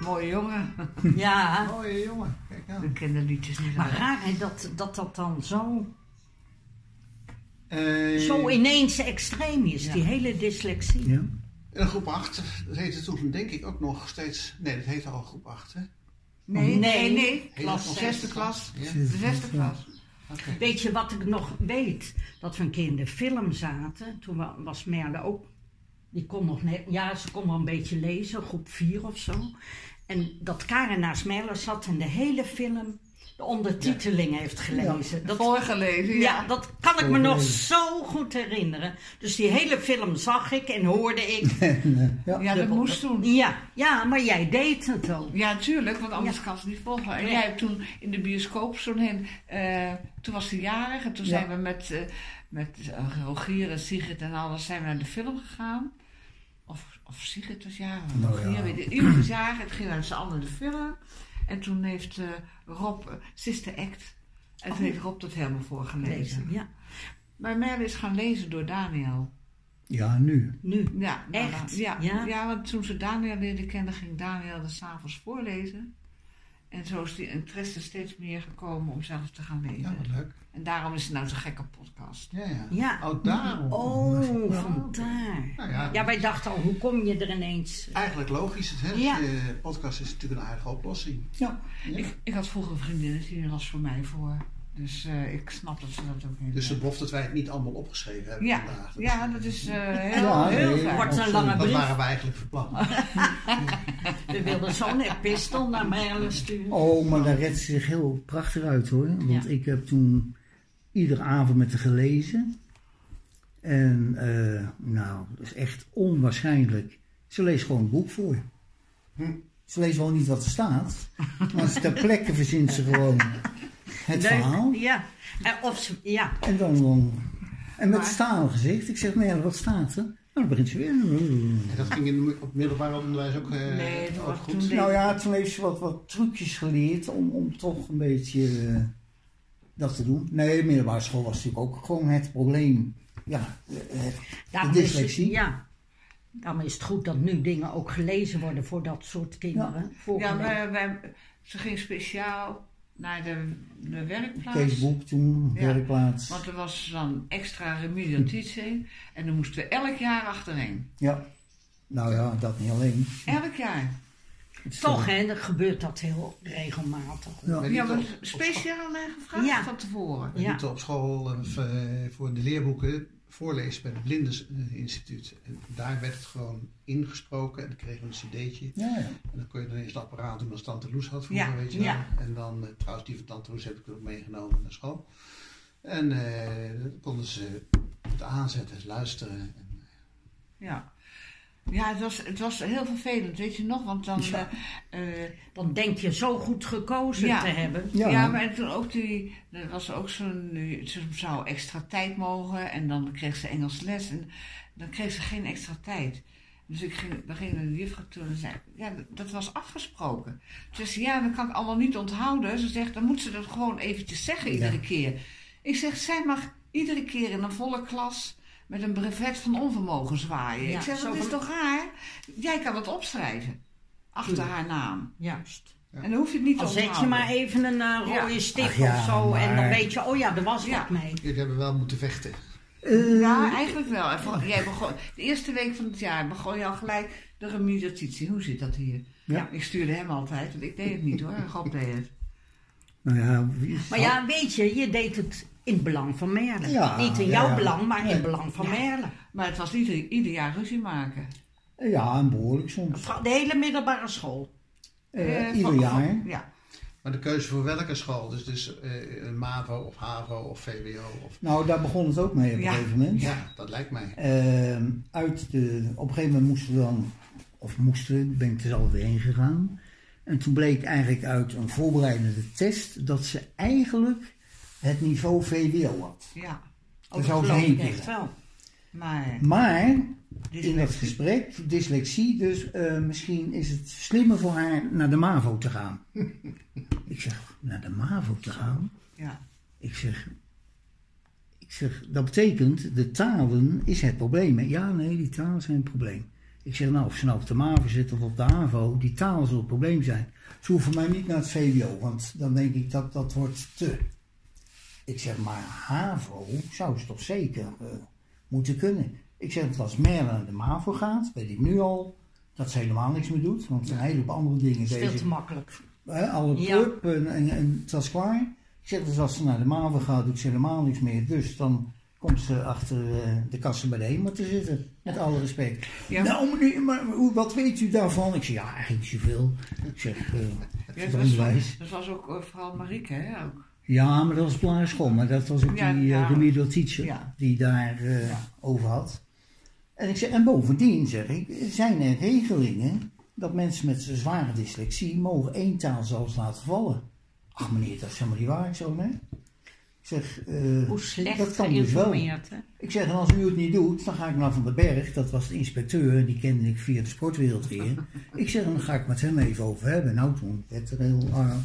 Speaker 5: Mooie jongen.
Speaker 3: ja.
Speaker 2: Mooie jongen, kijk nou.
Speaker 5: We kennen liedjes niet.
Speaker 3: Maar
Speaker 5: meer.
Speaker 3: raar hè, dat, dat dat dan zo,
Speaker 2: Eh,
Speaker 3: zo ineens extreem is, die hele dyslexie.
Speaker 4: Ja.
Speaker 2: En groep 8, dat heette toen denk ik ook nog steeds... Nee, dat heette al groep 8, hè?
Speaker 5: Nee, nee,
Speaker 3: Nee.
Speaker 5: nee.
Speaker 2: Heette
Speaker 5: Klas
Speaker 2: dat nog
Speaker 5: zesde
Speaker 2: steeds?
Speaker 5: klas.
Speaker 2: Ja.
Speaker 5: De zesde klas.
Speaker 2: Oké.
Speaker 3: Weet je wat ik nog weet? Dat we een keer in de film zaten. Toen wa- was Merle ook. Die kon nog net. Ja, ze kon wel een beetje lezen, groep 4 of zo. En dat Karen naast Merle zat en de hele film de ondertiteling heeft gelezen. Dat,
Speaker 5: Voorgelezen,
Speaker 3: ja.
Speaker 5: ja.
Speaker 3: dat kan ik me nog zo goed herinneren. Dus die hele film zag ik en hoorde ik.
Speaker 5: Ja, dat
Speaker 3: Dubbel.
Speaker 5: moest toen.
Speaker 3: ja, ja, maar jij deed het ook.
Speaker 5: Ja, tuurlijk, want anders
Speaker 3: Ja.
Speaker 5: kan ze niet volgen. En
Speaker 3: Nee.
Speaker 5: jij hebt toen in de bioscoop zo'n heen. eh, toen was ze jarig en toen
Speaker 4: Ja.
Speaker 5: zijn we met, eh, met eh, Rogier en Sigrid en alles zijn we naar de film gegaan. Of, of Sigrid was jarig, of
Speaker 4: Nou
Speaker 5: Rogier,
Speaker 4: ja.
Speaker 5: weet ik. Iemand was jarig en gingen we met z'n allen naar de film. En toen heeft eh, Rob eh, Sister Act. En toen heeft Rob dat helemaal voorgelezen.
Speaker 3: Lezen, ja.
Speaker 5: Maar Merle is gaan lezen door Daniel.
Speaker 4: Ja, nu.
Speaker 3: Nu.
Speaker 5: Ja, nou,
Speaker 3: Echt?
Speaker 5: Ja, ja.
Speaker 3: Ja?
Speaker 5: want toen ze Daniel leerde kennen, ging Daniel er s'avonds voorlezen. En zo is die interesse steeds meer gekomen om zelf te gaan lezen.
Speaker 2: Ja, wat leuk.
Speaker 5: En daarom is het nou zo'n gekke podcast.
Speaker 2: Ja, ja.
Speaker 3: Ja.
Speaker 2: Oh, daarom.
Speaker 3: Oh,
Speaker 2: Ja.
Speaker 3: vandaar.
Speaker 2: Nou ja.
Speaker 3: Ja, wij dachten al, hoe kom je er ineens?
Speaker 2: Eigenlijk logisch, hè?
Speaker 3: Ja.
Speaker 2: De podcast is natuurlijk een aardige oplossing.
Speaker 4: Ja.
Speaker 2: Ja.
Speaker 5: Ik, ik had vroeger een vriendin, die was voor mij voor. Dus eh, ik snap dat ze dat ook heel
Speaker 2: Dus
Speaker 5: leuk
Speaker 2: het bof dat wij het niet allemaal opgeschreven hebben
Speaker 5: ja,
Speaker 2: vandaag. Dat
Speaker 5: ja,
Speaker 2: is-
Speaker 5: dat is eh, heel,
Speaker 4: Ja,
Speaker 5: heel
Speaker 4: Ah, nee,
Speaker 5: fijn.
Speaker 3: Wordt een lange
Speaker 2: Dat
Speaker 3: brief.
Speaker 2: waren we eigenlijk verplan.
Speaker 3: We wilden zo'n epistel naar Merle sturen.
Speaker 4: Oh, maar daar redt ze zich heel prachtig uit hoor. Want
Speaker 3: Ja.
Speaker 4: ik heb toen iedere avond met haar gelezen. En eh, nou, dat is echt onwaarschijnlijk. Ze leest gewoon een boek voor.
Speaker 2: Hm.
Speaker 4: Ze leest wel niet wat er staat. Maar ze ter plekke verzint ze gewoon het
Speaker 3: Leuk,
Speaker 4: verhaal.
Speaker 3: Ja. En of ze, ja.
Speaker 4: En dan, dan en met
Speaker 5: Maar-
Speaker 4: staal gezicht. Ik zeg, nee, wat staat er? Nou, dan begint ze weer.
Speaker 2: En dat ging in, op het middelbaar onderwijs ook, eh,
Speaker 5: Nee, dat
Speaker 2: ook
Speaker 5: was
Speaker 2: goed.
Speaker 5: toen niet.
Speaker 4: Nou ja, toen heeft ze wat, wat trucjes geleerd om, om toch een beetje eh, dat te doen. Nee, middelbare school was natuurlijk ook gewoon het probleem. Ja, eh, eh,
Speaker 3: Daarom
Speaker 4: de
Speaker 3: is het-
Speaker 4: dyslexie.
Speaker 3: ja. Daarom is het goed dat nu dingen ook gelezen worden voor dat soort kinderen. Volgende.
Speaker 5: Ja, wij, wij, ze ging speciaal naar de, de werkplaats.
Speaker 4: Facebook toen,
Speaker 5: Ja.
Speaker 4: werkplaats.
Speaker 5: Want er was dan extra remediatitie en dan moesten we elk jaar achterheen.
Speaker 4: Ja. Nou ja, dat niet alleen.
Speaker 5: Elk jaar.
Speaker 3: Toch, hè, dan gebeurt dat heel regelmatig.
Speaker 4: Ja.
Speaker 2: Wij
Speaker 5: Ja,
Speaker 2: lieten
Speaker 5: maar
Speaker 2: op- op school-
Speaker 5: speciaal eh, gevraagd
Speaker 3: Ja.
Speaker 5: van tevoren.
Speaker 2: wij
Speaker 3: Ja.
Speaker 2: lieten op school eh, v- eh, voor de leerboeken voorlezen bij het Blindeninstituut. En daar werd het gewoon ingesproken en dan kregen we een cd'tje.
Speaker 4: Ja, ja.
Speaker 2: En dan kon je dan eens het apparaat doen als tante Loes had
Speaker 3: Ja,
Speaker 2: vroeger, weet je wel.
Speaker 3: ja.
Speaker 2: En dan, eh, trouwens die van tante Loes heb ik ook meegenomen naar school. En eh, dan konden ze het aanzetten, luisteren. En, eh,
Speaker 5: Ja, ja het, was, het was heel vervelend, weet je nog? Want dan.
Speaker 4: Ja.
Speaker 5: eh, eh,
Speaker 3: Dan denk je zo goed gekozen
Speaker 5: Ja.
Speaker 3: te hebben.
Speaker 4: Ja.
Speaker 5: ja. maar en toen ook die. Er was ook zo'n. eh, Ze zou extra tijd mogen en dan kreeg ze Engels les en dan kreeg ze geen extra tijd. Dus ik ging, we gingen naar de juffrouw toe en zei: Ja, dat- dat was afgesproken. Ze zei: Ja, dat kan ik allemaal niet onthouden. Ze zegt: Dan moet ze dat gewoon eventjes zeggen iedere
Speaker 4: Ja.
Speaker 5: keer. Ik zeg: Zij mag iedere keer in een volle klas met een brevet van onvermogen zwaaien.
Speaker 3: Ja,
Speaker 5: ik zeg:
Speaker 3: zo
Speaker 5: Dat is
Speaker 3: van-
Speaker 5: toch raar? Jij kan het opschrijven. Achter
Speaker 3: Tuurlijk.
Speaker 5: haar naam.
Speaker 3: Juist.
Speaker 5: En dan hoef je het niet
Speaker 3: Al
Speaker 5: te
Speaker 3: zet
Speaker 5: onthouden.
Speaker 3: je maar even een eh, rode
Speaker 5: Ja.
Speaker 3: stip
Speaker 4: Ach ja,
Speaker 3: of zo. En dan
Speaker 4: maar-
Speaker 3: weet je, oh ja, er was
Speaker 5: Ja.
Speaker 3: wat mee.
Speaker 2: jullie hebben wel moeten vechten.
Speaker 5: Ja, eigenlijk wel. En van- jij begon, de eerste week van het jaar begon je al gelijk de remediatitie. Hoe zit dat hier?
Speaker 4: Ja.
Speaker 5: Ik stuurde hem altijd, want ik deed het niet hoor. God deed het.
Speaker 4: Nou ja, wie is-
Speaker 3: Maar ja, weet je, je deed het in het belang van Merle.
Speaker 4: Oh. Ja,
Speaker 3: Niet in
Speaker 4: ja,
Speaker 3: jouw
Speaker 4: ja.
Speaker 3: belang, maar in het belang van Merle.
Speaker 5: Maar het was ieder, ieder jaar ruzie maken.
Speaker 4: ja, en behoorlijk soms.
Speaker 3: Vra- De hele middelbare school.
Speaker 4: Eh,
Speaker 5: Eh,
Speaker 4: ieder
Speaker 5: van-
Speaker 4: jaar.
Speaker 5: van- Ja.
Speaker 2: Maar de keuze voor welke school, dus, dus eh, een MAVO of HAVO of VWO of...
Speaker 4: Nou, daar begon het ook mee op een
Speaker 5: Ja.
Speaker 4: gegeven moment.
Speaker 2: Ja, dat lijkt mij.
Speaker 4: Ehm, uit de, op een gegeven moment moesten we dan, of moesten, ben ik er zelf weer heen gegaan. En toen bleek eigenlijk uit een voorbereidende test dat ze eigenlijk het niveau VWO had.
Speaker 5: ja.
Speaker 4: Daar
Speaker 3: Oh, Dat
Speaker 4: zou ze
Speaker 3: geloof
Speaker 4: heen
Speaker 3: ik echt
Speaker 4: willen.
Speaker 3: wel.
Speaker 5: Maar
Speaker 4: Maar
Speaker 5: dit
Speaker 4: in dat gesprek, dyslexie, dus eh, misschien is het slimmer voor haar naar de MAVO te gaan. ik zeg, naar de MAVO te gaan?
Speaker 5: Ja.
Speaker 4: Ik zeg, ik zeg, dat betekent, de talen is het probleem. hè? Ja, nee, die talen zijn het probleem. Ik zeg, nou, of ze nou op de MAVO zitten of op de AVO, die talen zullen het probleem zijn. Ze hoeven mij niet naar het VWO, want dan denk ik dat dat wordt te. Ik zeg, maar HAVO zou ze toch zeker eh, moeten kunnen. Ik zeg, want als Merle naar de MAVO gaat, weet ik nu al dat ze helemaal niks meer doet. Want een heleboel andere dingen
Speaker 3: Dat is veel
Speaker 4: bezig
Speaker 3: te makkelijk.
Speaker 4: Hè, alle
Speaker 3: Ja.
Speaker 4: club en, en, en het was klaar. Ik zeg, dus als ze naar de MAVO gaat, doet ze helemaal niks meer. Dus dan komt ze achter eh, de kassen bij de HEMA te zitten. Met alle respect.
Speaker 5: Ja.
Speaker 4: Nou, meneer, maar hoe- wat weet u daarvan? Ik zeg, ja, eigenlijk niet zoveel. Ik zeg, eh
Speaker 5: Ja,
Speaker 4: het
Speaker 5: dat,
Speaker 4: was
Speaker 5: was, dat was ook eh, vooral Marieke, hè? Ook.
Speaker 4: Ja, maar dat was op lagere school. Maar dat was ook
Speaker 5: Ja,
Speaker 4: die
Speaker 5: ja.
Speaker 4: eh, remedial teacher
Speaker 5: Ja.
Speaker 4: die daar eh, over had. En, ik zeg, en bovendien, zeg ik, zijn er regelingen dat mensen met zware dyslexie mogen één taal zelfs laten vallen. Ach meneer, dat is helemaal niet waar. Ik zo, nee. Ik zeg, eh,
Speaker 3: Hoe slecht
Speaker 4: dat kan dus wel.
Speaker 3: geïnformeerd. hè?
Speaker 4: Ik zeg, en als u het niet doet, dan ga ik naar Van den Berg. Dat was de inspecteur, die kende ik via de sportwereld weer. ik zeg, dan ga ik met hem even over hebben. Nou, toen werd er heel ah, arm.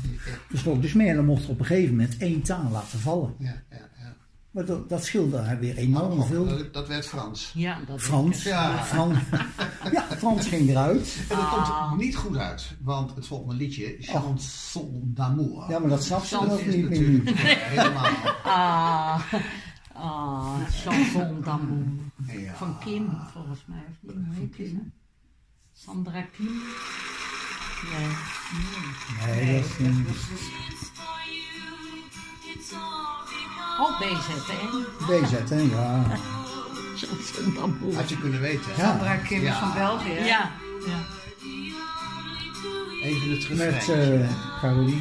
Speaker 4: gesproken. Dus Merle mocht op een gegeven moment één taal laten vallen.
Speaker 2: Ja, ja, ja.
Speaker 4: Maar dat, dat scheelde haar weer enorm
Speaker 2: Oh,
Speaker 4: veel.
Speaker 2: dat, dat werd Frans.
Speaker 3: Ja, dat
Speaker 4: Frans.
Speaker 2: Ja.
Speaker 4: Frans. Ja, Frans ging eruit.
Speaker 2: En dat komt niet goed uit, want het volgende liedje, Chanson d'amour.
Speaker 4: Ja, maar dat snap ze dan ook
Speaker 2: is
Speaker 4: niet meer nu.
Speaker 2: natuurlijk helemaal...
Speaker 3: Ah, ah, chanson d'amour.
Speaker 2: Ja.
Speaker 3: Van Kim, volgens mij. Of niet? Hoe heet die, hè? Sandra Kim. Nee.
Speaker 4: Nee, dat is een
Speaker 3: Oh, BZN.
Speaker 4: BZ, hè? Ja.
Speaker 3: Chanson d'amour.
Speaker 2: Had je kunnen weten.
Speaker 5: Sandra
Speaker 4: ja.
Speaker 5: Kim
Speaker 2: Ja.
Speaker 5: van België. hè?
Speaker 3: Ja. ja.
Speaker 2: Even het
Speaker 4: Met
Speaker 2: refrein.
Speaker 4: eh Caroline.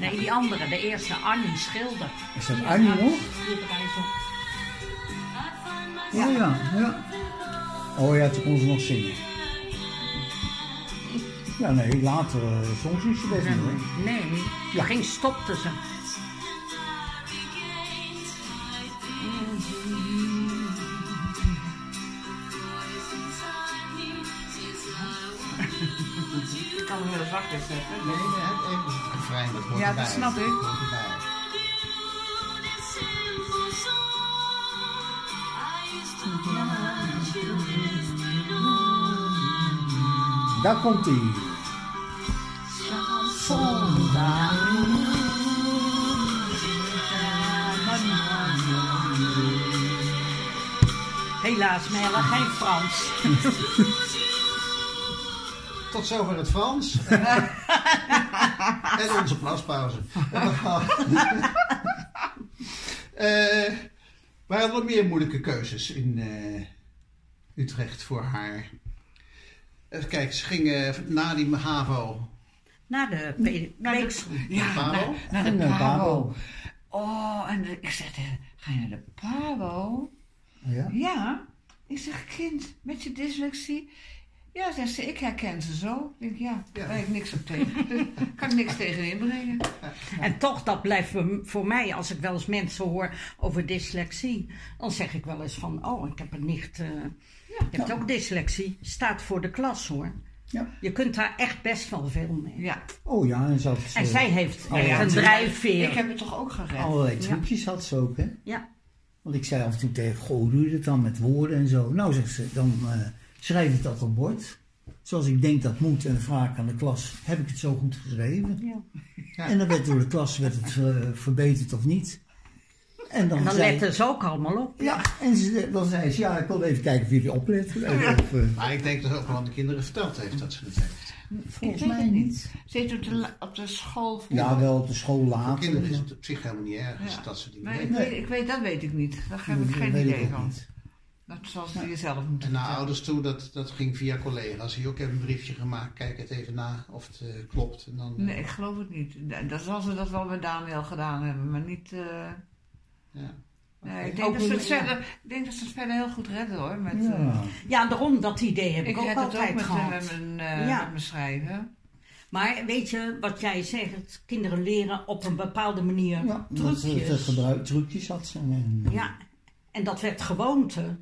Speaker 3: Nee, die andere, de eerste, Annie Schilder.
Speaker 4: Is dat Annie nog?
Speaker 3: Die draait zo.
Speaker 4: Oh ja, ja. Oh ja, toen kon ze nog zingen. Ja, nee, later eh, zong ze ze best niet hoor.
Speaker 3: Nee,
Speaker 4: Ja.
Speaker 3: ging stopte ze.
Speaker 5: Ik kan hem heel zachtjes zetten.
Speaker 2: Nee, nee, even het refrein, dat hoort
Speaker 5: Ja, dat
Speaker 2: erbij.
Speaker 5: snap ik.
Speaker 2: hoort erbij.
Speaker 4: Daar komt ie.
Speaker 3: Zondag. Helaas, Merle, geen Frans.
Speaker 2: Tot zover het Frans. en onze plaspauze. Eh we hadden meer moeilijke keuzes in eh, Utrecht voor haar. Even kijken, ze ging eh, na die HAVO
Speaker 3: Naar de pe-
Speaker 5: Naar de-
Speaker 3: weekschool.
Speaker 5: Ja,
Speaker 2: Pabo?
Speaker 5: naar, naar de
Speaker 4: Ging naar
Speaker 5: Pabo.
Speaker 4: Pabo.
Speaker 5: Oh, en de- ik zeg, tegen- ga je naar de Pabo?
Speaker 4: Oh Ja?
Speaker 5: Ja. Ik zeg, kind, met je dyslexie? Ja, zegt ze, ik herken ze zo. Ik denk, ja, daar heb ik niks op tegen. Dus kan ik niks tegen inbrengen.
Speaker 3: En toch, dat blijft voor- voor mij, als ik wel eens mensen hoor over dyslexie, dan zeg ik wel eens van, oh, ik heb een nicht, eh heeft ook dyslexie. Staat voor de klas, hoor.
Speaker 4: Ja.
Speaker 3: Je kunt daar echt best wel veel mee.
Speaker 5: Ja. Oh,
Speaker 4: Oh ja, en zelfs
Speaker 3: En
Speaker 4: eh,
Speaker 3: zij heeft echt
Speaker 4: ja, Oh,
Speaker 3: een
Speaker 4: natuurlijk.
Speaker 3: drijfveer.
Speaker 5: Ik heb het toch ook gered?
Speaker 4: allerlei trucjes had ze ook, hè?
Speaker 3: Ja.
Speaker 4: Want ik zei af en toe tegen, goh, hoe doe je dat dan met woorden en zo? Nou, zegt ze, dan eh, schrijf ik dat op bord. Zoals ik denk dat moet. En dan vraag ik aan de klas, heb ik het zo goed geschreven?
Speaker 3: Ja.
Speaker 4: En dan werd door de klas werd het eh, verbeterd of niet. En dan,
Speaker 3: En dan
Speaker 4: zei,
Speaker 3: letten ze ook allemaal op.
Speaker 4: Ja, en ze, dan zei ze, ja, ik wil even kijken of jullie opletten. Of, eh,
Speaker 2: Maar ik denk dat ze ook wel aan de kinderen verteld heeft dat ze het heeft.
Speaker 4: volgens
Speaker 5: weet
Speaker 4: mij
Speaker 5: het niet.
Speaker 4: niet.
Speaker 5: Ze heeft op de, la- op de school voor.
Speaker 4: eh, Ja, wel op de school
Speaker 2: Voor
Speaker 4: later.
Speaker 2: kinderen is het op zich helemaal niet erg als
Speaker 5: Ja.
Speaker 2: dat ze dingen
Speaker 5: Maar ik
Speaker 2: weten.
Speaker 5: weet, ik weet, dat weet ik niet. Daar heb ik
Speaker 4: Dat
Speaker 5: geen
Speaker 4: weet ik
Speaker 5: idee
Speaker 4: ook
Speaker 5: van.
Speaker 4: niet. nou,
Speaker 5: Dat zal ze jezelf moeten
Speaker 2: En naar
Speaker 5: vertellen.
Speaker 2: ouders toe, dat, dat ging via collega's. Hier, ik heb een briefje gemaakt, kijk het even na of het eh, klopt. En dan, eh,
Speaker 5: Nee, ik geloof het niet. Da- Dat zal ze dat wel met Daniel gedaan hebben, maar niet... eh,
Speaker 2: ja.
Speaker 5: Nee, ik
Speaker 3: Ook
Speaker 5: denk, dat ze het
Speaker 3: niet, ja.
Speaker 5: verder, ik denk dat ze het verder heel goed redden hoor. Met, eh,
Speaker 4: Ja.
Speaker 3: Ja, daarom dat idee heb
Speaker 5: ik
Speaker 3: ik,
Speaker 5: red
Speaker 3: ook
Speaker 5: het ook
Speaker 3: altijd
Speaker 5: met, eh,
Speaker 3: gehad.
Speaker 5: met, mijn, eh,
Speaker 3: Ja.
Speaker 5: met mijn schrijven.
Speaker 3: Maar weet je wat jij zegt? Kinderen leren op een bepaalde manier
Speaker 4: Ja, dat,
Speaker 3: trucjes.
Speaker 4: dat gebruik, trucjes had ze. En,
Speaker 3: ja, en dat werd gewoonte.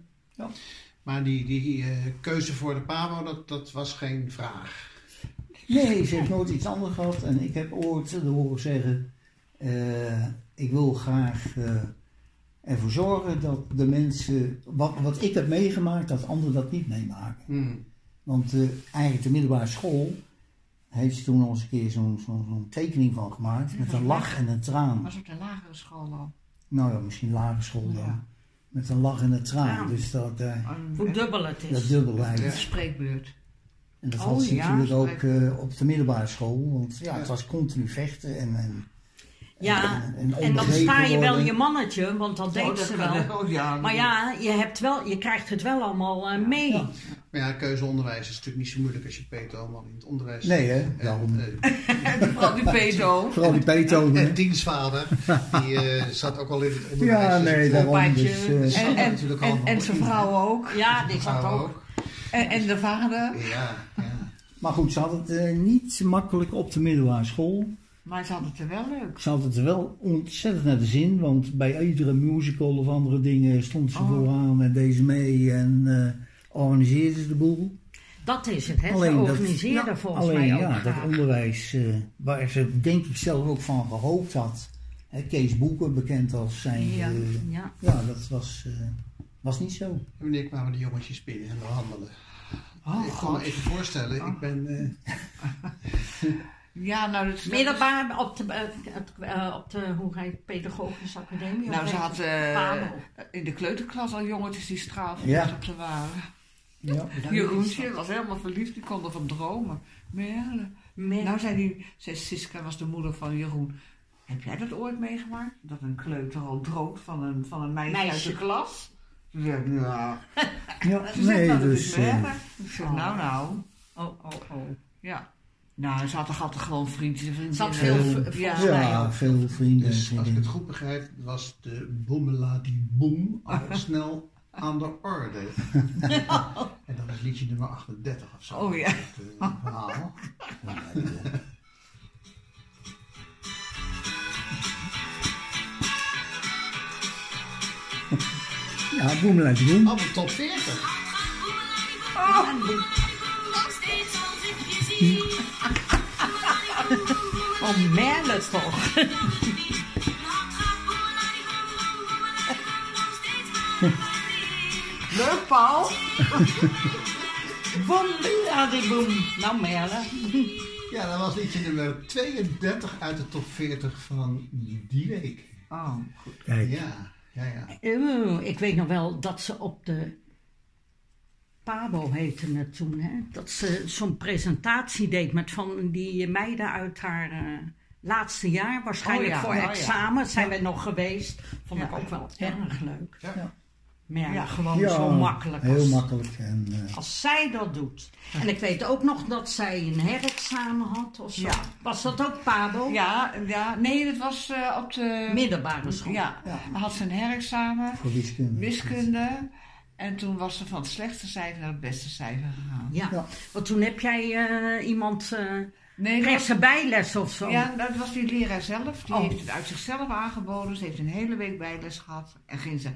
Speaker 2: Maar die, die eh, keuze voor de PABO, dat, dat was geen vraag.
Speaker 4: Nee, ze heeft nooit iets anders gehad. En ik heb ooit de horen zeggen: eh, Ik wil graag eh, ervoor zorgen dat de mensen, wat, wat ik heb meegemaakt, dat anderen dat niet meemaken.
Speaker 2: Hmm.
Speaker 4: Want eh, eigenlijk de middelbare school heeft ze toen al eens een keer zo'n zo'n- zo'n tekening van gemaakt. Met een lach en een traan.
Speaker 5: was op de lagere school al.
Speaker 4: Nou ja, misschien lagere school dan.
Speaker 5: Ja.
Speaker 4: Met een lach en een traan.
Speaker 3: Ja.
Speaker 4: Dus dat, eh,
Speaker 5: Een-
Speaker 3: Hoe dubbel het
Speaker 4: dat
Speaker 3: is.
Speaker 4: dubbel
Speaker 5: een
Speaker 4: eigenlijk.
Speaker 5: spreekbeurt.
Speaker 4: En dat
Speaker 3: Oh,
Speaker 4: had ze
Speaker 3: ja,
Speaker 4: natuurlijk ook
Speaker 5: spreek-
Speaker 4: eh, op de middelbare school. Want ja, het was continu vechten en- en
Speaker 3: Ja,
Speaker 4: En- en
Speaker 3: en dan
Speaker 4: onbegrepen
Speaker 3: sta je wel
Speaker 4: worden.
Speaker 3: je mannetje, want dat deed ze wel.
Speaker 5: Oh, ja,
Speaker 3: Maar ja, je, hebt wel, je krijgt het wel allemaal eh, mee.
Speaker 4: Ja.
Speaker 2: Maar ja, keuzeonderwijs is natuurlijk niet zo moeilijk als je Peter allemaal in het onderwijs
Speaker 4: Nee, hè?
Speaker 2: zit. En,
Speaker 4: Daarom.
Speaker 2: eh,
Speaker 5: Vooral die pedo.
Speaker 4: Vooral die
Speaker 2: En
Speaker 4: Beethoven.
Speaker 2: Diensvader, die eh, zat ook al in het onderwijs.
Speaker 4: Ja,
Speaker 2: Dus
Speaker 4: nee,
Speaker 2: het, eh,
Speaker 4: daarom.
Speaker 5: Paardje.
Speaker 4: Dus, eh,
Speaker 5: En, en,
Speaker 2: natuurlijk
Speaker 5: en,
Speaker 2: allemaal
Speaker 5: en zijn
Speaker 2: in.
Speaker 5: vrouw ook.
Speaker 3: Ja, dit zat
Speaker 2: vrouwen
Speaker 3: ook.
Speaker 2: ook.
Speaker 5: En, en de vader.
Speaker 2: Ja, ja.
Speaker 4: maar goed, ze had het eh, niet makkelijk op de middelbare school.
Speaker 5: Maar ze hadden het er wel leuk.
Speaker 4: Ze had het wel ontzettend naar de zin, want bij iedere musical of andere dingen stond ze
Speaker 5: Oh.
Speaker 4: vooraan en deze mee en eh, organiseerde ze de boel.
Speaker 3: Dat is het, hè. ze organiseerden
Speaker 4: ja,
Speaker 3: volgens
Speaker 4: alleen,
Speaker 3: mij ook
Speaker 4: ja,
Speaker 3: graag.
Speaker 4: dat onderwijs eh, waar ze denk ik zelf ook van gehoopt had. Hè, Kees Boeken, bekend als zijn. eh,
Speaker 3: ja,
Speaker 4: Ja,
Speaker 3: ja.
Speaker 4: dat was, eh, was niet zo.
Speaker 2: En wanneer kwamen de jongetjes binnen en handelen?
Speaker 5: Oh,
Speaker 2: ik kan me
Speaker 5: god.
Speaker 2: even voorstellen, ik ben... eh,
Speaker 5: Ja, nou, dat, dat is-
Speaker 3: Middelbaar op de, eh, het- eh, op de hoe heet het, pedagogische academie.
Speaker 5: Nou,
Speaker 3: of
Speaker 5: ze
Speaker 3: heet
Speaker 5: had
Speaker 3: het?
Speaker 5: eh,
Speaker 3: Pabo.
Speaker 5: in de kleuterklas al jongetjes die straalverliefd
Speaker 4: Ja.
Speaker 5: op ze waren.
Speaker 4: Ja.
Speaker 5: Jeroentje was helemaal verliefd, die kon ervan dromen. Merle.
Speaker 3: Merle.
Speaker 5: Nou zei die, zei Siska was de moeder van Jeroen. Heb jij dat ooit meegemaakt? Dat een kleuter al droomt van een, van een meisje, uit
Speaker 3: Meisje.
Speaker 5: de klas? Ze zei, nou,
Speaker 4: Ja,
Speaker 5: ze zegt,
Speaker 4: nee,
Speaker 5: nou, dat
Speaker 4: dus.
Speaker 5: is
Speaker 4: eh,
Speaker 5: Merle. Ik zeg, nou, nou.
Speaker 3: Oh, oh, oh.
Speaker 5: Ja. Nou, ze had toch altijd gewoon vriendjes en vriendinnen.
Speaker 3: Ze had
Speaker 4: veel-
Speaker 5: ja.
Speaker 3: volgens mij
Speaker 4: Ja,
Speaker 3: ook.
Speaker 4: veel vrienden.
Speaker 2: Dus als ik
Speaker 4: vriendinnen.
Speaker 2: het goed begrijp, was de boemeladi-boom al snel aan de orde. en dat is liedje nummer 38 of zo.
Speaker 5: Oh ja.
Speaker 2: Het, eh, verhaal.
Speaker 4: Ja, boemel uit de boem.
Speaker 2: Oh, de top 40.
Speaker 5: Ah!
Speaker 3: Oh, Merle toch.
Speaker 5: Leuk, Paul.
Speaker 3: Boom, die boom. Nou, Merle.
Speaker 2: Ja, dat was liedje nummer 32 uit de top 40 van die week.
Speaker 5: Oh.
Speaker 4: Kijk,
Speaker 2: Ja, ja, ja.
Speaker 3: Eeuw, Ik weet nog wel dat ze op de Pabo heette het toen, hè? dat ze zo'n presentatie deed met van die meiden uit haar eh, laatste jaar. Waarschijnlijk
Speaker 6: Oh ja,
Speaker 3: voor
Speaker 6: oh ja.
Speaker 3: examen zijn we nog geweest. Vond ik
Speaker 6: Ja.
Speaker 3: ook wel
Speaker 6: Ja.
Speaker 3: erg leuk.
Speaker 2: Ja.
Speaker 4: Ja.
Speaker 3: Maar ja,
Speaker 6: Ja.
Speaker 3: gewoon zo makkelijk.
Speaker 4: Heel
Speaker 3: als-
Speaker 4: makkelijk. En, eh,
Speaker 3: Als zij dat doet. En ik weet ook nog dat zij een herexamen had of zo.
Speaker 5: Ja.
Speaker 3: Was dat ook Pabo?
Speaker 5: Ja, ja, nee, dat was eh, op de...
Speaker 3: Middelbare school.
Speaker 5: Ja, dan had ze een herexamen,
Speaker 4: voor wiskunde.
Speaker 5: wiskunde. En toen was ze van het slechtste cijfer naar het beste cijfer gegaan.
Speaker 3: Ja.
Speaker 4: Ja.
Speaker 3: want toen heb jij eh, iemand, eh
Speaker 5: Nee, dat-
Speaker 3: kreeg ze bijles of zo.
Speaker 5: Ja, dat was die leraar zelf. Die
Speaker 3: Oh.
Speaker 5: heeft het uit zichzelf aangeboden. Ze heeft een hele week bijles gehad. En ging ze,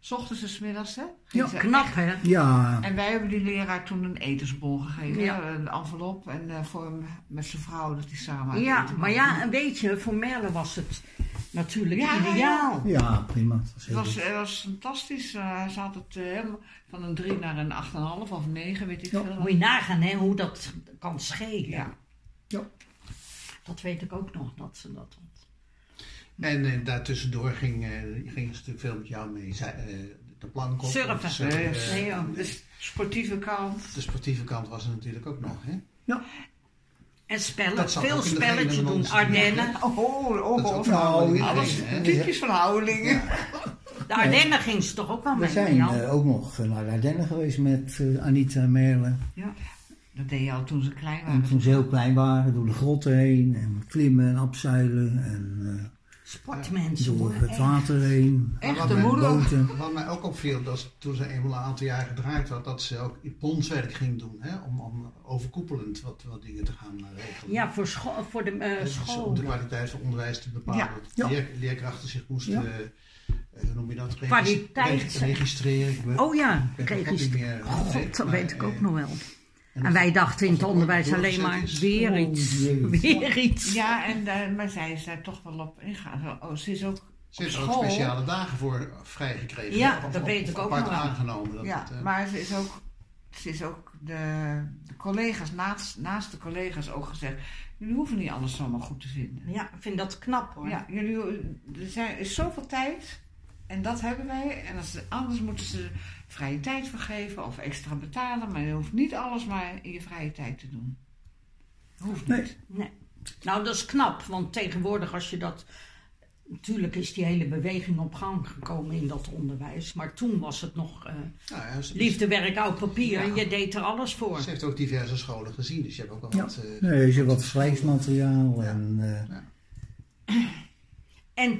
Speaker 5: s ochtends en 's middags, hè? Ging
Speaker 3: Ja,
Speaker 5: ze-
Speaker 3: knap hè?
Speaker 4: Ja,
Speaker 5: En wij hebben die leraar toen een etensbon gegeven.
Speaker 3: Ja.
Speaker 5: hè, Een envelop. En eh, voor hem, met zijn vrouw, dat hij samen uit
Speaker 3: Ja,
Speaker 5: eten
Speaker 3: maar
Speaker 5: kwam.
Speaker 3: ja, en weet je, voor Merle was het natuurlijk
Speaker 5: Ja,
Speaker 3: ideaal.
Speaker 4: ja, prima. Het was
Speaker 5: Het
Speaker 4: heel
Speaker 5: was,
Speaker 4: goed.
Speaker 3: eh,
Speaker 5: het was fantastisch. Eh, ze had het eh, helemaal van een 3 naar een 8,5 of 9, weet ik
Speaker 4: Ja.
Speaker 5: veel.
Speaker 3: Moet je nagaan hè, hoe dat kan schelen.
Speaker 5: Ja.
Speaker 4: Ja.
Speaker 3: Dat weet ik ook nog, dat ze dat had.
Speaker 2: En eh, daartussendoor ging, eh, ging ze natuurlijk veel met jou mee. Zij, eh, de plank op.
Speaker 3: Surfen.
Speaker 5: Nee,
Speaker 2: eh,
Speaker 3: nee, Dus ja.
Speaker 5: De s- Dus sportieve kant.
Speaker 2: de sportieve kant was er natuurlijk ook nog. Hè?
Speaker 3: En spellen,
Speaker 2: Dat zat
Speaker 3: veel
Speaker 2: ook in de genen
Speaker 3: spelletjes
Speaker 2: van
Speaker 3: doen.
Speaker 2: onze
Speaker 3: Ardennen.
Speaker 2: kinderen.
Speaker 5: Oh, oh,
Speaker 2: Dat is ook
Speaker 5: oh.
Speaker 2: van Houwelingen
Speaker 5: Alles
Speaker 2: geweest, hè?
Speaker 5: typisch van Houwelingen.
Speaker 3: De Ardennen ging ze toch ook wel
Speaker 4: We
Speaker 3: mee,
Speaker 4: zijn
Speaker 3: Jan?
Speaker 4: eh, ook nog naar de Ardennen geweest met eh, Anita en Merle.
Speaker 5: Dat deed je al toen ze klein
Speaker 4: En
Speaker 5: waren.
Speaker 4: toen ze heel klein waren, door de grotten heen. En klimmen en abzeilen. En eh,
Speaker 3: Sportmensen
Speaker 4: door
Speaker 3: hoor.
Speaker 4: het water heen.
Speaker 2: Maar
Speaker 5: Echt
Speaker 2: wat
Speaker 5: de
Speaker 2: mij-
Speaker 5: moeder.
Speaker 4: Boten.
Speaker 2: Wat mij ook opviel, dat ze- toen ze eenmaal een aantal jaren gedraaid had, dat ze ook bondswerk ging doen. Hè? Om, om overkoepelend wat, wat dingen te gaan eh, regelen.
Speaker 3: Ja, voor, scho- voor de eh,
Speaker 2: Dus om
Speaker 3: school.
Speaker 2: de kwaliteit van onderwijs te bepalen.
Speaker 5: Ja.
Speaker 2: Dat
Speaker 4: Ja.
Speaker 2: leer- leerkrachten zich moesten,
Speaker 4: Ja.
Speaker 2: eh, eh, hoe noem je dat? Regis-
Speaker 3: Kwaliteit.
Speaker 2: reg- registreren. Ik weet-
Speaker 3: Oh ja,
Speaker 2: ik weet ook
Speaker 3: regist-
Speaker 2: niet meer hoe het heet,
Speaker 3: God, dat
Speaker 2: maar,
Speaker 3: weet ik
Speaker 2: eh,
Speaker 3: ook nog wel.
Speaker 2: dat-
Speaker 3: En wij dachten in
Speaker 2: dat
Speaker 3: het
Speaker 2: dat
Speaker 3: onderwijs
Speaker 2: ooit
Speaker 3: alleen maar
Speaker 2: doorgezet is.
Speaker 3: weer
Speaker 4: Oh,
Speaker 3: iets,
Speaker 4: weer iets.
Speaker 3: weer iets.
Speaker 5: Ja, en, eh, maar zij is daar toch wel op ingegaan. Oh, ze is ook
Speaker 2: Ze
Speaker 5: op
Speaker 2: heeft er
Speaker 5: school.
Speaker 2: ook speciale dagen voor vrijgekregen.
Speaker 3: Ja,
Speaker 2: Of- of-
Speaker 3: dat
Speaker 2: of
Speaker 3: weet ik ook
Speaker 2: apart
Speaker 3: nog wel.
Speaker 2: aangenomen. Dat
Speaker 5: Ja,
Speaker 2: het, eh,
Speaker 5: maar ze is ook, ze is ook de, de collega's, naast, naast de collega's ook gezegd... jullie hoeven niet alles zomaar goed te vinden.
Speaker 3: Ja, ik vind dat knap hoor.
Speaker 5: Ja, jullie, er zijn, is zoveel tijd en dat hebben wij. En als ze, anders moeten ze vrije tijd vergeven of extra betalen. Maar je hoeft niet alles maar in je vrije tijd te doen. Hoeft niet.
Speaker 4: Nee.
Speaker 3: Nee. Nou, dat is knap, want tegenwoordig als je dat... Natuurlijk is die hele beweging op gang gekomen in dat onderwijs. Maar toen was het nog eh,
Speaker 2: nou ja, ze-
Speaker 3: liefde, werk, oud papier.
Speaker 5: Ja.
Speaker 3: Je deed er alles voor.
Speaker 2: Ze heeft ook diverse scholen gezien, dus je hebt ook al
Speaker 4: Ja.
Speaker 2: wat... eh,
Speaker 4: Nee, ze had wat vergelijksmateriaal. En, eh,
Speaker 3: En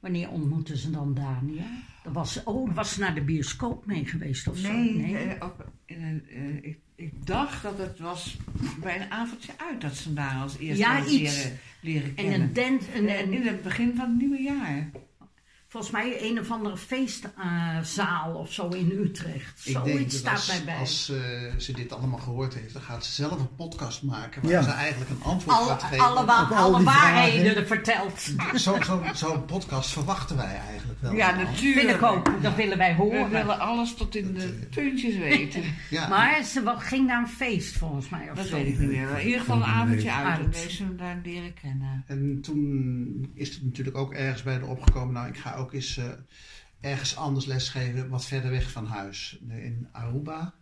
Speaker 3: wanneer ontmoetten ze dan Dania? Dat was, oh, was ze naar de bioscoop mee geweest of zo?
Speaker 5: Nee, eh, op- in een, eh, ik, ik dacht dat het was bij een avondje uit dat ze hem daar als eerste
Speaker 3: Ja,
Speaker 5: had
Speaker 3: iets.
Speaker 5: leren, leren
Speaker 3: En
Speaker 5: kennen.
Speaker 3: een dent, een,
Speaker 5: Eh,
Speaker 3: een-
Speaker 5: in het begin van het nieuwe jaar.
Speaker 3: volgens mij een of andere feestzaal eh, of zo in Utrecht.
Speaker 2: Ik denk dat
Speaker 3: Zoiets staat
Speaker 2: als,
Speaker 3: mij bij.
Speaker 2: als eh, ze dit allemaal gehoord heeft, dan gaat ze zelf een podcast maken waar
Speaker 4: Ja.
Speaker 2: ze eigenlijk een antwoord
Speaker 3: Alle,
Speaker 2: gaat geven.
Speaker 3: alle, wa-
Speaker 4: op al
Speaker 3: alle
Speaker 4: die
Speaker 3: waarheden
Speaker 4: vragen.
Speaker 3: er verteld.
Speaker 2: Zo'n zo, zo'n podcast verwachten wij eigenlijk wel.
Speaker 5: Ja,
Speaker 2: allemaal.
Speaker 5: natuurlijk.
Speaker 3: Vind ik ook, dat willen wij
Speaker 5: We
Speaker 3: horen.
Speaker 5: willen alles tot in de puntjes weten.
Speaker 2: Ja.
Speaker 3: Maar ze wa- ging naar een feest volgens mij of
Speaker 5: Dat
Speaker 3: zo.
Speaker 5: weet ik niet meer. Maar In ieder geval een avondje uit. En
Speaker 3: Uit.
Speaker 5: deze hem daar leren kennen.
Speaker 2: En toen is het natuurlijk ook ergens bij haar opgekomen, nou ik ga ook eens eh, ergens anders lesgeven, wat verder weg van huis. In Aruba.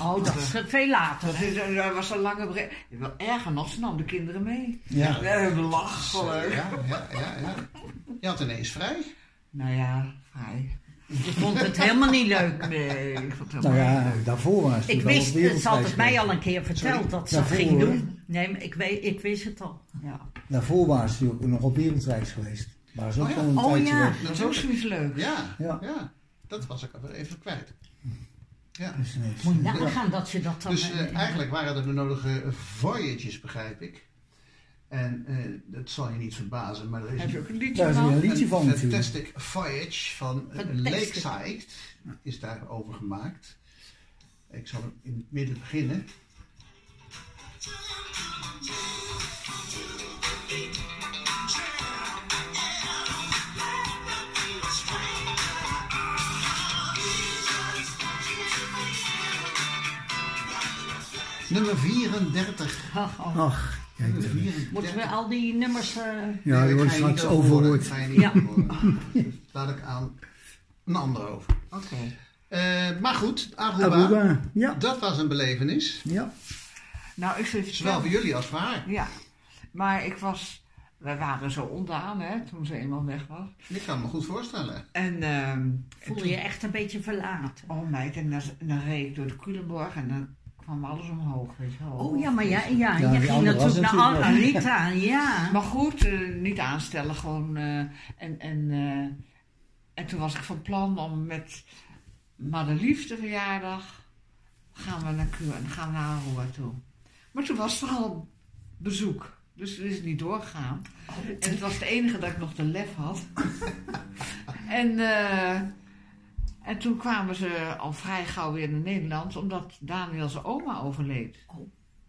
Speaker 3: Oh, dat is veel later.
Speaker 5: Dat,
Speaker 3: hè.
Speaker 5: is, dat was een lange bre. Wel erger nog, ze nam de kinderen mee.
Speaker 2: Ja.
Speaker 5: Eh, Belachelijk.
Speaker 2: Ja, ja, ja, ja. Je had ineens vrij.
Speaker 5: Nou ja, vrij.
Speaker 3: Ik vond het helemaal niet leuk.
Speaker 5: Nee, ik vond het
Speaker 4: nou
Speaker 5: helemaal niet
Speaker 4: ja,
Speaker 5: leuk.
Speaker 4: daarvoor was
Speaker 3: Ik wist,
Speaker 4: het
Speaker 3: ze had het mij al een keer verteld dat ze dat
Speaker 2: Nou,
Speaker 4: Daarvoor,
Speaker 3: ging
Speaker 4: hè?
Speaker 3: doen. Nee, maar ik, weet, ik wist het al.
Speaker 5: Ja.
Speaker 4: Daarvoor waren ze ook nog op wereldreis geweest. Waren ze ook
Speaker 2: Oh ja.
Speaker 4: al een
Speaker 3: Oh
Speaker 4: tijdje
Speaker 3: ja.
Speaker 4: weg.
Speaker 5: Dat is ook zoiets leuks.
Speaker 2: Ja, ja.
Speaker 4: Ja.
Speaker 2: dat was ik even kwijt. Ja.
Speaker 4: Dus ineens-
Speaker 3: Moet je
Speaker 4: ja.
Speaker 3: nagaan dat je dat dan...
Speaker 2: Dus
Speaker 3: eh,
Speaker 2: eh, eigenlijk waren er de nodige voyages, begrijp ik. En eh, dat zal je niet verbazen, maar er is
Speaker 5: Heb je ook een liedje
Speaker 4: Daar is weer
Speaker 5: van?
Speaker 4: een liedje van
Speaker 2: een
Speaker 4: natuurlijk.
Speaker 2: fantastic voyage van eh,
Speaker 3: Fantastic.
Speaker 2: Lakeside is daarover gemaakt. Ik zal hem in het midden beginnen. Nummer 34.
Speaker 3: ach, oh.
Speaker 4: Ach, kijk.
Speaker 2: Nummer 34.
Speaker 3: Moeten we al die nummers... eh,
Speaker 4: Ja, die
Speaker 2: ik
Speaker 4: wordt
Speaker 2: ga je niet
Speaker 4: straks
Speaker 2: over horen,
Speaker 4: overhoord.
Speaker 2: ik ga je niet
Speaker 3: Ja.
Speaker 2: over horen. Dus Laat ik aan een ander over.
Speaker 5: Oké.
Speaker 2: Eh, maar goed, Aruba,
Speaker 4: Aruba. Ja,
Speaker 2: dat was een belevenis.
Speaker 4: ja.
Speaker 5: Nou, ik zit
Speaker 2: Zowel voor jullie als voor haar.
Speaker 5: Ja, maar ik was... We waren zo ondaan, hè, toen ze eenmaal weg was.
Speaker 2: Ik kan me goed voorstellen.
Speaker 5: En ehm,
Speaker 3: Voel je echt een beetje verlaten.
Speaker 5: Oh meid, en dan, dan reed ik door de Culemborg en dan kwam alles omhoog, weet je wel. Dus
Speaker 3: Oh ja, maar ja, ja,
Speaker 4: Ja,
Speaker 3: je
Speaker 4: die
Speaker 3: ging
Speaker 4: andere was
Speaker 3: natuurlijk naar
Speaker 4: natuurlijk nog.
Speaker 3: Anita, ja.
Speaker 5: Maar goed, eh, niet aanstellen gewoon. eh, en, en, eh, en toen was ik van plan om met Madelief de verjaardag gaan we naar Cuba en gaan we naar Aruba toe. Maar toen was er al bezoek. Dus het is niet doorgegaan.
Speaker 3: Oh.
Speaker 5: En het was het enige dat ik nog de lef had. en, eh, en toen kwamen ze al vrij gauw weer naar Nederland, omdat Daniel zijn oma overleed.
Speaker 3: Oh.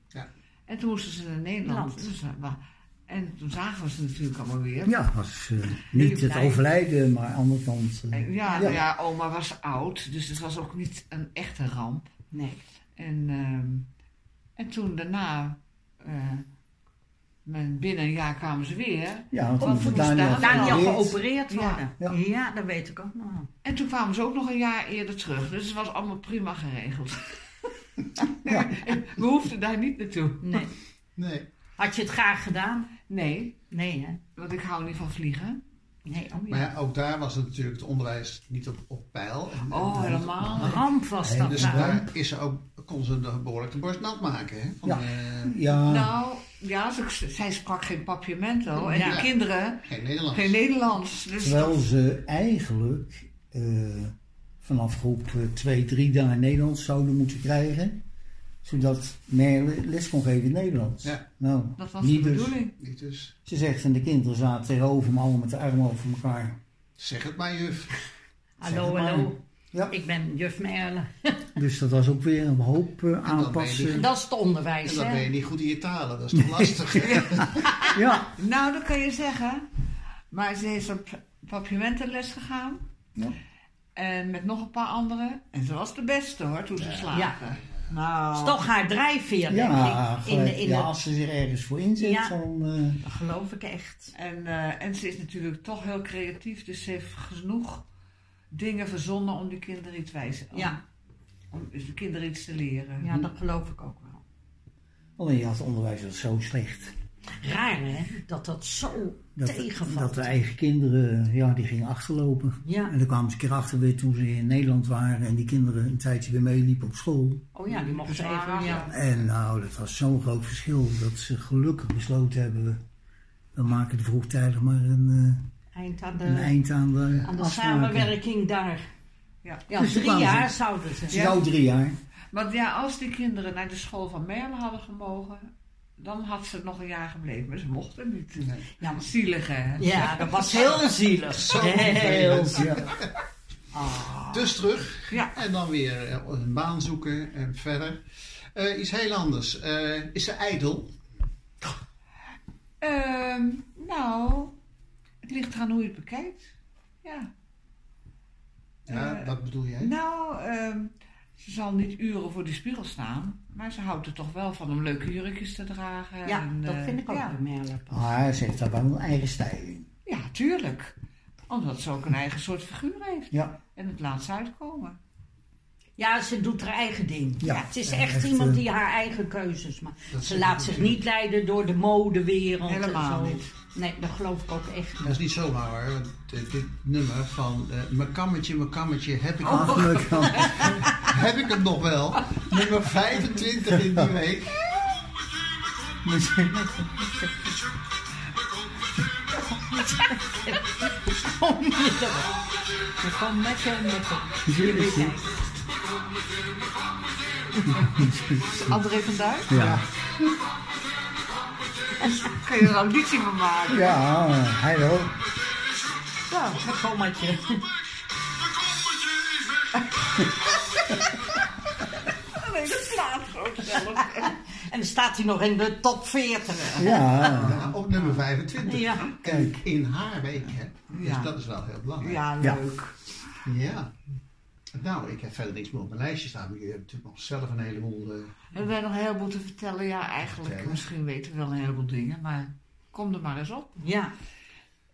Speaker 2: Ja.
Speaker 5: En toen moesten ze naar Nederland.
Speaker 3: Land.
Speaker 5: Dus, eh, wa- en toen zagen we ze natuurlijk allemaal weer.
Speaker 4: Ja, was eh, niet het
Speaker 5: blij.
Speaker 4: overlijden, maar aan de andere kant. eh,
Speaker 5: En Ja,
Speaker 4: Ja.
Speaker 5: nou ja, oma was oud, dus het was ook niet een echte ramp.
Speaker 3: Nee.
Speaker 5: En, ehm, en toen daarna, eh, men- binnen een jaar kwamen ze weer.
Speaker 4: ja, want
Speaker 5: Of
Speaker 4: toen
Speaker 5: moest
Speaker 4: werd Daniel
Speaker 3: Daniel
Speaker 5: Daniel
Speaker 4: geopereerd.
Speaker 3: geopereerd
Speaker 5: Ja.
Speaker 3: worden.
Speaker 4: Ja.
Speaker 3: Ja. dat weet ik ook nog.
Speaker 5: En toen kwamen ze ook nog een jaar eerder terug. Dus het was allemaal prima geregeld. We hoefden daar niet naartoe.
Speaker 3: Nee.
Speaker 2: Nee.
Speaker 3: Had je het graag gedaan?
Speaker 5: Nee,
Speaker 3: Nee, hè?
Speaker 5: want ik hou niet van vliegen.
Speaker 3: Nee, oh ja.
Speaker 2: Maar ja, ook daar was het natuurlijk het onderwijs niet op, op peil. En-
Speaker 5: Oh,
Speaker 2: en-
Speaker 5: helemaal.
Speaker 3: Een ramp was
Speaker 4: Nee,
Speaker 3: dat
Speaker 2: Dus
Speaker 3: nou.
Speaker 2: daar is ze ook, kon ze de- behoorlijk de borst nat maken. Hè? Van,
Speaker 4: Ja.
Speaker 2: eh,
Speaker 4: Ja,
Speaker 5: Nou, ja, ze- zij sprak geen papiamento. En
Speaker 3: Ja.
Speaker 5: die kinderen,
Speaker 2: geen Nederlands.
Speaker 5: geen Nederlands. Dus
Speaker 4: terwijl ze eigenlijk eh, vanaf groep 2, 3 daar Nederlands zouden moeten krijgen. Zodat Merle les kon geven in Nederlands.
Speaker 2: Ja.
Speaker 4: Nou,
Speaker 5: dat was de
Speaker 4: niet dus.
Speaker 5: bedoeling.
Speaker 2: Niet dus.
Speaker 4: Ze zegt, en de kinderen zaten tegenover me, allemaal met de armen over elkaar.
Speaker 2: Zeg het maar, juf.
Speaker 3: Hallo,
Speaker 4: maar.
Speaker 3: hallo.
Speaker 4: Ja.
Speaker 3: Ik ben juf Merle.
Speaker 4: Dus dat was ook weer een hoop eh,
Speaker 2: ben je
Speaker 4: aanpassen.
Speaker 2: niet-
Speaker 3: Dat is het onderwijs,
Speaker 2: En dan
Speaker 3: hè?
Speaker 2: ben je niet goed in je talen. Dat is toch lastig? hè?
Speaker 4: Ja,
Speaker 5: Nou, dat kan je zeggen. Maar ze is op papiamentenles gegaan.
Speaker 4: Ja.
Speaker 5: En met nog een paar anderen. En ze was de beste hoor, toen ze slaagde. Nou,
Speaker 3: Dat is toch haar drijfveer, denk
Speaker 4: ja,
Speaker 3: ik. In,
Speaker 4: gelijk.
Speaker 3: de- in
Speaker 4: ja,
Speaker 3: de-
Speaker 4: als ze zich ergens voor inzet,
Speaker 3: Ja.
Speaker 4: dan... eh,
Speaker 3: Dat geloof ik echt.
Speaker 5: En, eh, en ze is natuurlijk toch heel creatief. Dus ze heeft genoeg dingen verzonnen om de kinderen iets wijs om-
Speaker 3: Ja,
Speaker 5: Om dus de kinderen iets te leren.
Speaker 3: ja dat geloof ik ook wel.
Speaker 4: Alleen oh ja, het onderwijs was zo slecht.
Speaker 3: Raar, hè? Dat dat zo
Speaker 4: Dat,
Speaker 3: tegenvalt.
Speaker 4: dat de eigen kinderen, ja, die gingen achterlopen.
Speaker 3: Ja.
Speaker 4: En daar kwamen ze een keer achter weer toen ze in Nederland waren. En die kinderen een tijdje weer meeliepen op school.
Speaker 3: Oh ja, die mochten even... Ja.
Speaker 4: En nou, dat was zo'n groot verschil. Dat ze gelukkig besloten hebben, we maken er vroegtijdig maar een, eh,
Speaker 3: Eind aan de,
Speaker 4: een eind aan de
Speaker 3: aan de
Speaker 4: afspraken.
Speaker 3: samenwerking daar.
Speaker 5: Ja.
Speaker 3: Ja,
Speaker 4: Dus toen
Speaker 3: drie
Speaker 4: kwamen
Speaker 3: jaar
Speaker 4: ze.
Speaker 3: zouden ze.
Speaker 4: Ze zou nou drie jaar.
Speaker 5: Want ja, als die kinderen naar de school van Merle hadden gemogen, dan had ze nog een jaar gebleven. Maar ze mochten niet.
Speaker 2: Nee.
Speaker 3: Ja, maar-
Speaker 5: Zielig hè?
Speaker 3: ja, dat was heel zielig.
Speaker 2: Zo
Speaker 3: Heel
Speaker 2: vervelend.
Speaker 3: zielig.
Speaker 4: Ja.
Speaker 2: Dus terug.
Speaker 5: Ja.
Speaker 2: En dan weer eh, een baan zoeken en verder. Eh, iets heel anders. Eh, is ze ijdel?
Speaker 5: Ehm, nou, het ligt eraan hoe je het bekijkt. Ja.
Speaker 2: Ja,
Speaker 5: Eh,
Speaker 2: wat bedoel jij?
Speaker 5: Nou, ehm, ze zal niet uren voor de spiegel staan, maar ze houdt er toch wel van om leuke jurkjes te dragen.
Speaker 3: Ja,
Speaker 5: en,
Speaker 3: dat
Speaker 5: eh,
Speaker 3: vind ik ook
Speaker 5: Ja,
Speaker 3: bij Merle.
Speaker 4: Maar Ah, ze heeft daar wel een eigen stijl in.
Speaker 5: ja tuurlijk. Omdat ze ook een eigen soort figuur heeft
Speaker 4: Ja.
Speaker 5: en het laat ze uitkomen.
Speaker 3: Ja, ze doet haar eigen ding.
Speaker 4: Ja,
Speaker 3: Ja, het is
Speaker 4: ja,
Speaker 3: echt,
Speaker 4: echt,
Speaker 3: iemand
Speaker 4: eh,
Speaker 3: die haar eigen keuzes maakt.
Speaker 2: Dat
Speaker 3: Ze
Speaker 2: is-
Speaker 3: laat zich niet leiden door de modewereld. en
Speaker 5: Helemaal
Speaker 3: zo.
Speaker 5: niet.
Speaker 3: Nee, dat geloof ik ook echt
Speaker 2: Dat
Speaker 3: niet.
Speaker 2: is niet zomaar hoor. Want dit, dit nummer van eh, mijn kammetje, mijn kammetje, heb
Speaker 3: Oh.
Speaker 2: ik,
Speaker 4: Ah, gelukkig wel.
Speaker 2: heb ik hem nog wel. Nummer 25 in die week.
Speaker 3: Ze komt met hem. met hem.
Speaker 5: André van Duin,
Speaker 4: Ja.
Speaker 5: kun je er een ambitie van maken?
Speaker 4: Ja, hij wel.
Speaker 3: Ja, mijn kommetje.
Speaker 5: Nee, dat slaat gewoon zelf.
Speaker 3: En dan staat hij nog in de top 40.
Speaker 4: Ja.
Speaker 2: Ja, op nummer 25.
Speaker 3: Ja.
Speaker 2: Kijk, in haar week hè. Dus
Speaker 5: Ja.
Speaker 2: dat is wel heel belangrijk.
Speaker 5: Ja,
Speaker 4: Ja.
Speaker 5: leuk.
Speaker 2: Ja. Nou, ik heb verder niks meer op mijn lijstje staan. Maar jullie hebben natuurlijk nog zelf een heleboel... eh,
Speaker 5: We hebben nog een heleboel te vertellen. Ja, eigenlijk,
Speaker 2: Vertellen.
Speaker 5: misschien weten we wel een heleboel dingen, maar kom er maar eens op.
Speaker 3: Ja,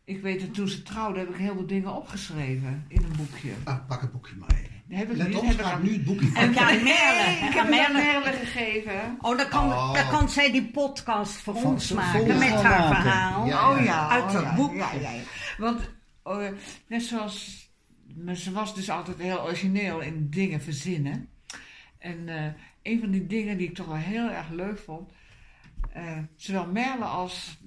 Speaker 5: Ik weet dat toen ze trouwden heb ik heel veel dingen opgeschreven in een boekje.
Speaker 2: ah, pak een boekje maar even.
Speaker 5: Heb ik
Speaker 2: Let
Speaker 5: nu,
Speaker 2: op,
Speaker 5: heb ik
Speaker 2: gaat
Speaker 5: aan-
Speaker 2: nu het boekje.
Speaker 3: En ja, Merle.
Speaker 5: Nee, ik
Speaker 3: Aan
Speaker 5: heb hem aan
Speaker 3: Merle.
Speaker 5: Merle gegeven.
Speaker 3: Oh, dan kan,
Speaker 2: Oh.
Speaker 3: dan kan zij die podcast voor
Speaker 4: Van-
Speaker 3: ons
Speaker 4: voor
Speaker 3: maken
Speaker 4: ons
Speaker 3: met
Speaker 4: gaan
Speaker 3: haar
Speaker 4: maken.
Speaker 3: verhaal.
Speaker 2: Ja,
Speaker 5: oh ja.
Speaker 3: Uit
Speaker 5: oh
Speaker 3: dat
Speaker 5: ja,
Speaker 3: boek.
Speaker 5: Ja, ja, ja. Want eh, net zoals. Maar ze was dus altijd heel origineel in dingen verzinnen. En eh, een van die dingen die ik toch wel heel erg leuk vond. eh, zowel Merle als,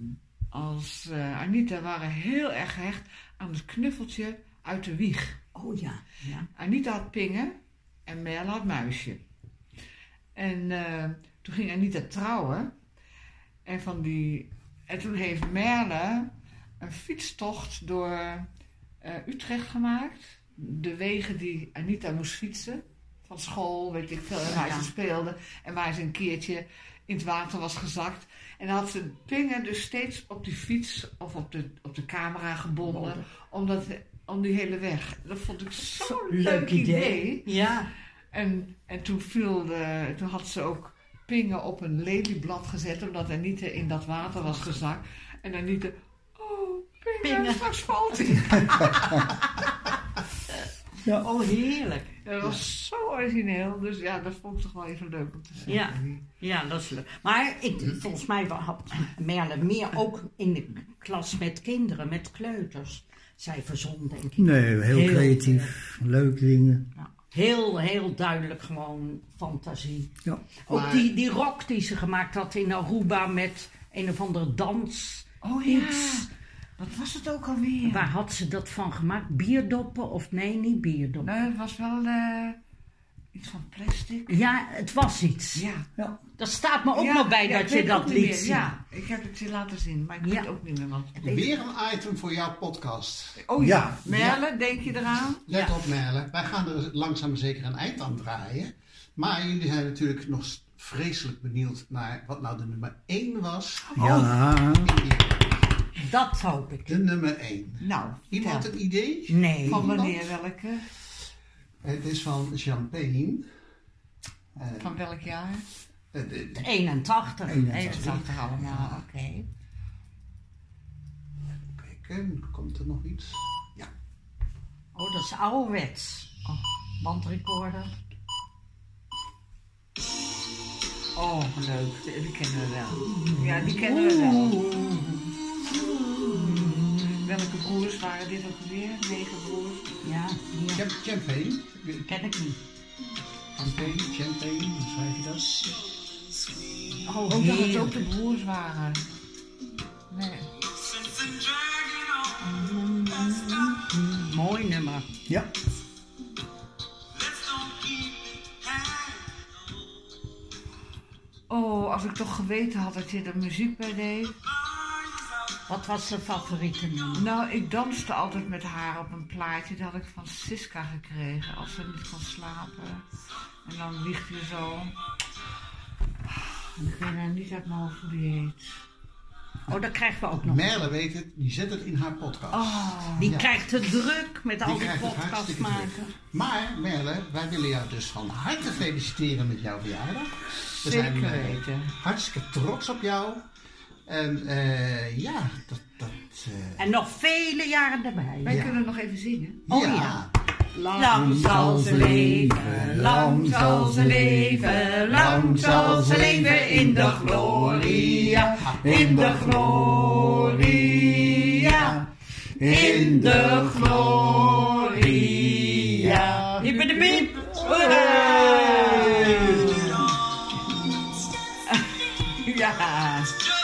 Speaker 5: als eh, Anita waren heel erg gehecht aan het knuffeltje uit de wieg.
Speaker 3: Oh ja, ja.
Speaker 5: Anita had pingen en Merle had muisje. En eh, toen ging Anita trouwen. En, van die, en toen heeft Merle een fietstocht door eh, Utrecht gemaakt. De wegen die Anita moest fietsen. Van school, weet ik veel, en waar
Speaker 3: Ja.
Speaker 5: ze speelde. En waar ze een keertje in het water was gezakt. En dan had ze pingen dus steeds op die fiets of op de, op de camera gebonden. Omdat, om die hele weg. Dat vond ik zo'n leuk, idee.
Speaker 3: Ja,
Speaker 5: En, en toen, viel de, toen had ze ook pingen op een lelieblad gezet, omdat Anita in dat water was gezakt. En Anita, oh, pingen,
Speaker 3: Pingen.
Speaker 5: straks valt hij.
Speaker 3: oh heerlijk.
Speaker 5: Dat was zo origineel, dus ja, dat vond ik toch wel even leuk om te zien.
Speaker 3: Ja, ja dat is leuk. Maar ik, volgens mij had Merle meer ook in de klas met kinderen, met kleuters. Zij verzon, denk ik.
Speaker 4: Nee, heel,
Speaker 3: Heel
Speaker 4: creatief. Leuke dingen.
Speaker 3: Ja. Heel, heel duidelijk gewoon fantasie.
Speaker 4: Ja.
Speaker 3: Ook
Speaker 2: Maar-
Speaker 3: die, die rok die ze gemaakt had in Aruba met een of ander dans.
Speaker 5: Oh
Speaker 3: iets.
Speaker 5: wat was het ook alweer?
Speaker 3: Waar had ze dat van gemaakt? Bierdoppen of nee, niet bierdoppen.
Speaker 5: Nee, het was wel eh, iets van plastic.
Speaker 3: Ja, het was iets.
Speaker 5: Ja.
Speaker 3: Dat staat me ook
Speaker 5: Ja,
Speaker 3: nog bij
Speaker 5: ja, ik
Speaker 3: dat je
Speaker 5: weet
Speaker 3: dat
Speaker 5: ook niet meer.
Speaker 3: liet zien.
Speaker 5: Ja, ik heb het je laten zien, maar ik weet
Speaker 3: Ja.
Speaker 5: het ook niet meer. Want...
Speaker 2: Weer een item voor jouw podcast.
Speaker 5: Oh ja,
Speaker 4: Ja.
Speaker 5: Merle, denk je eraan?
Speaker 2: Let
Speaker 3: Ja.
Speaker 2: op Merle, wij gaan er langzaam maar zeker een eind aan draaien. Maar jullie zijn natuurlijk nog s- vreselijk benieuwd naar wat nou de nummer 1 was.
Speaker 4: Ja.
Speaker 3: Dat hoop ik.
Speaker 2: De nummer 1.
Speaker 5: Nou,
Speaker 2: Iemand
Speaker 5: vertel.
Speaker 2: een idee?
Speaker 3: Nee.
Speaker 5: van
Speaker 2: iemand?
Speaker 5: wanneer welke?
Speaker 2: Het is van Champagne.
Speaker 5: Van welk jaar?
Speaker 3: 81.
Speaker 5: 81 allemaal, oké.
Speaker 2: Kijken, komt er nog iets? Ja.
Speaker 3: Oh, dat is ouderwets. Oh, bandrecorder.
Speaker 5: Oh, leuk. Die kennen we wel. Ja, die kennen we wel. Welke broers waren dit ook weer? Negen broers.
Speaker 3: Ja, hier.
Speaker 2: Cham- Champagne.
Speaker 3: Ken ik niet.
Speaker 2: Champagne, champagne, hoe schrijf je dat?
Speaker 3: Oh,
Speaker 5: Ook dat het
Speaker 3: heerlijk.
Speaker 5: ook de broers waren. Nee.
Speaker 3: Mooi nummer.
Speaker 4: ja.
Speaker 5: Oh, als ik toch geweten had dat je er muziek bij deed.
Speaker 3: Wat was zijn favoriete nummer?
Speaker 5: Nou, ik danste altijd met haar op een plaatje. Dat had ik van Siska gekregen. Als ze niet kon slapen. En dan wiegt je zo. En ik weet nou niet uit mijn hoofd hoe die heet.
Speaker 3: Oh, dat krijgen we ook nog.
Speaker 2: Merle weet het, die zet het in haar podcast.
Speaker 5: Oh.
Speaker 3: Die
Speaker 2: Ja.
Speaker 3: krijgt de druk met al
Speaker 2: Die
Speaker 3: die
Speaker 2: krijgt het
Speaker 3: podcast
Speaker 2: hartstikke
Speaker 3: maken.
Speaker 2: druk. Maar Merle, wij willen jou dus van harte feliciteren met jouw verjaardag. We zijn
Speaker 5: Zeker
Speaker 2: eh,
Speaker 5: weten.
Speaker 2: hartstikke trots op jou. En eh, ja, dat... dat eh,
Speaker 3: En nog vele jaren erbij.
Speaker 5: Wij
Speaker 2: Ja.
Speaker 5: kunnen nog even zingen.
Speaker 3: Oh ja. Lang
Speaker 4: zal ze leven, lang zal ze leven, lang zal ze leven in de gloria, in de gloria, in de gloria.
Speaker 3: Hippe de piep.
Speaker 5: Ja.
Speaker 7: Just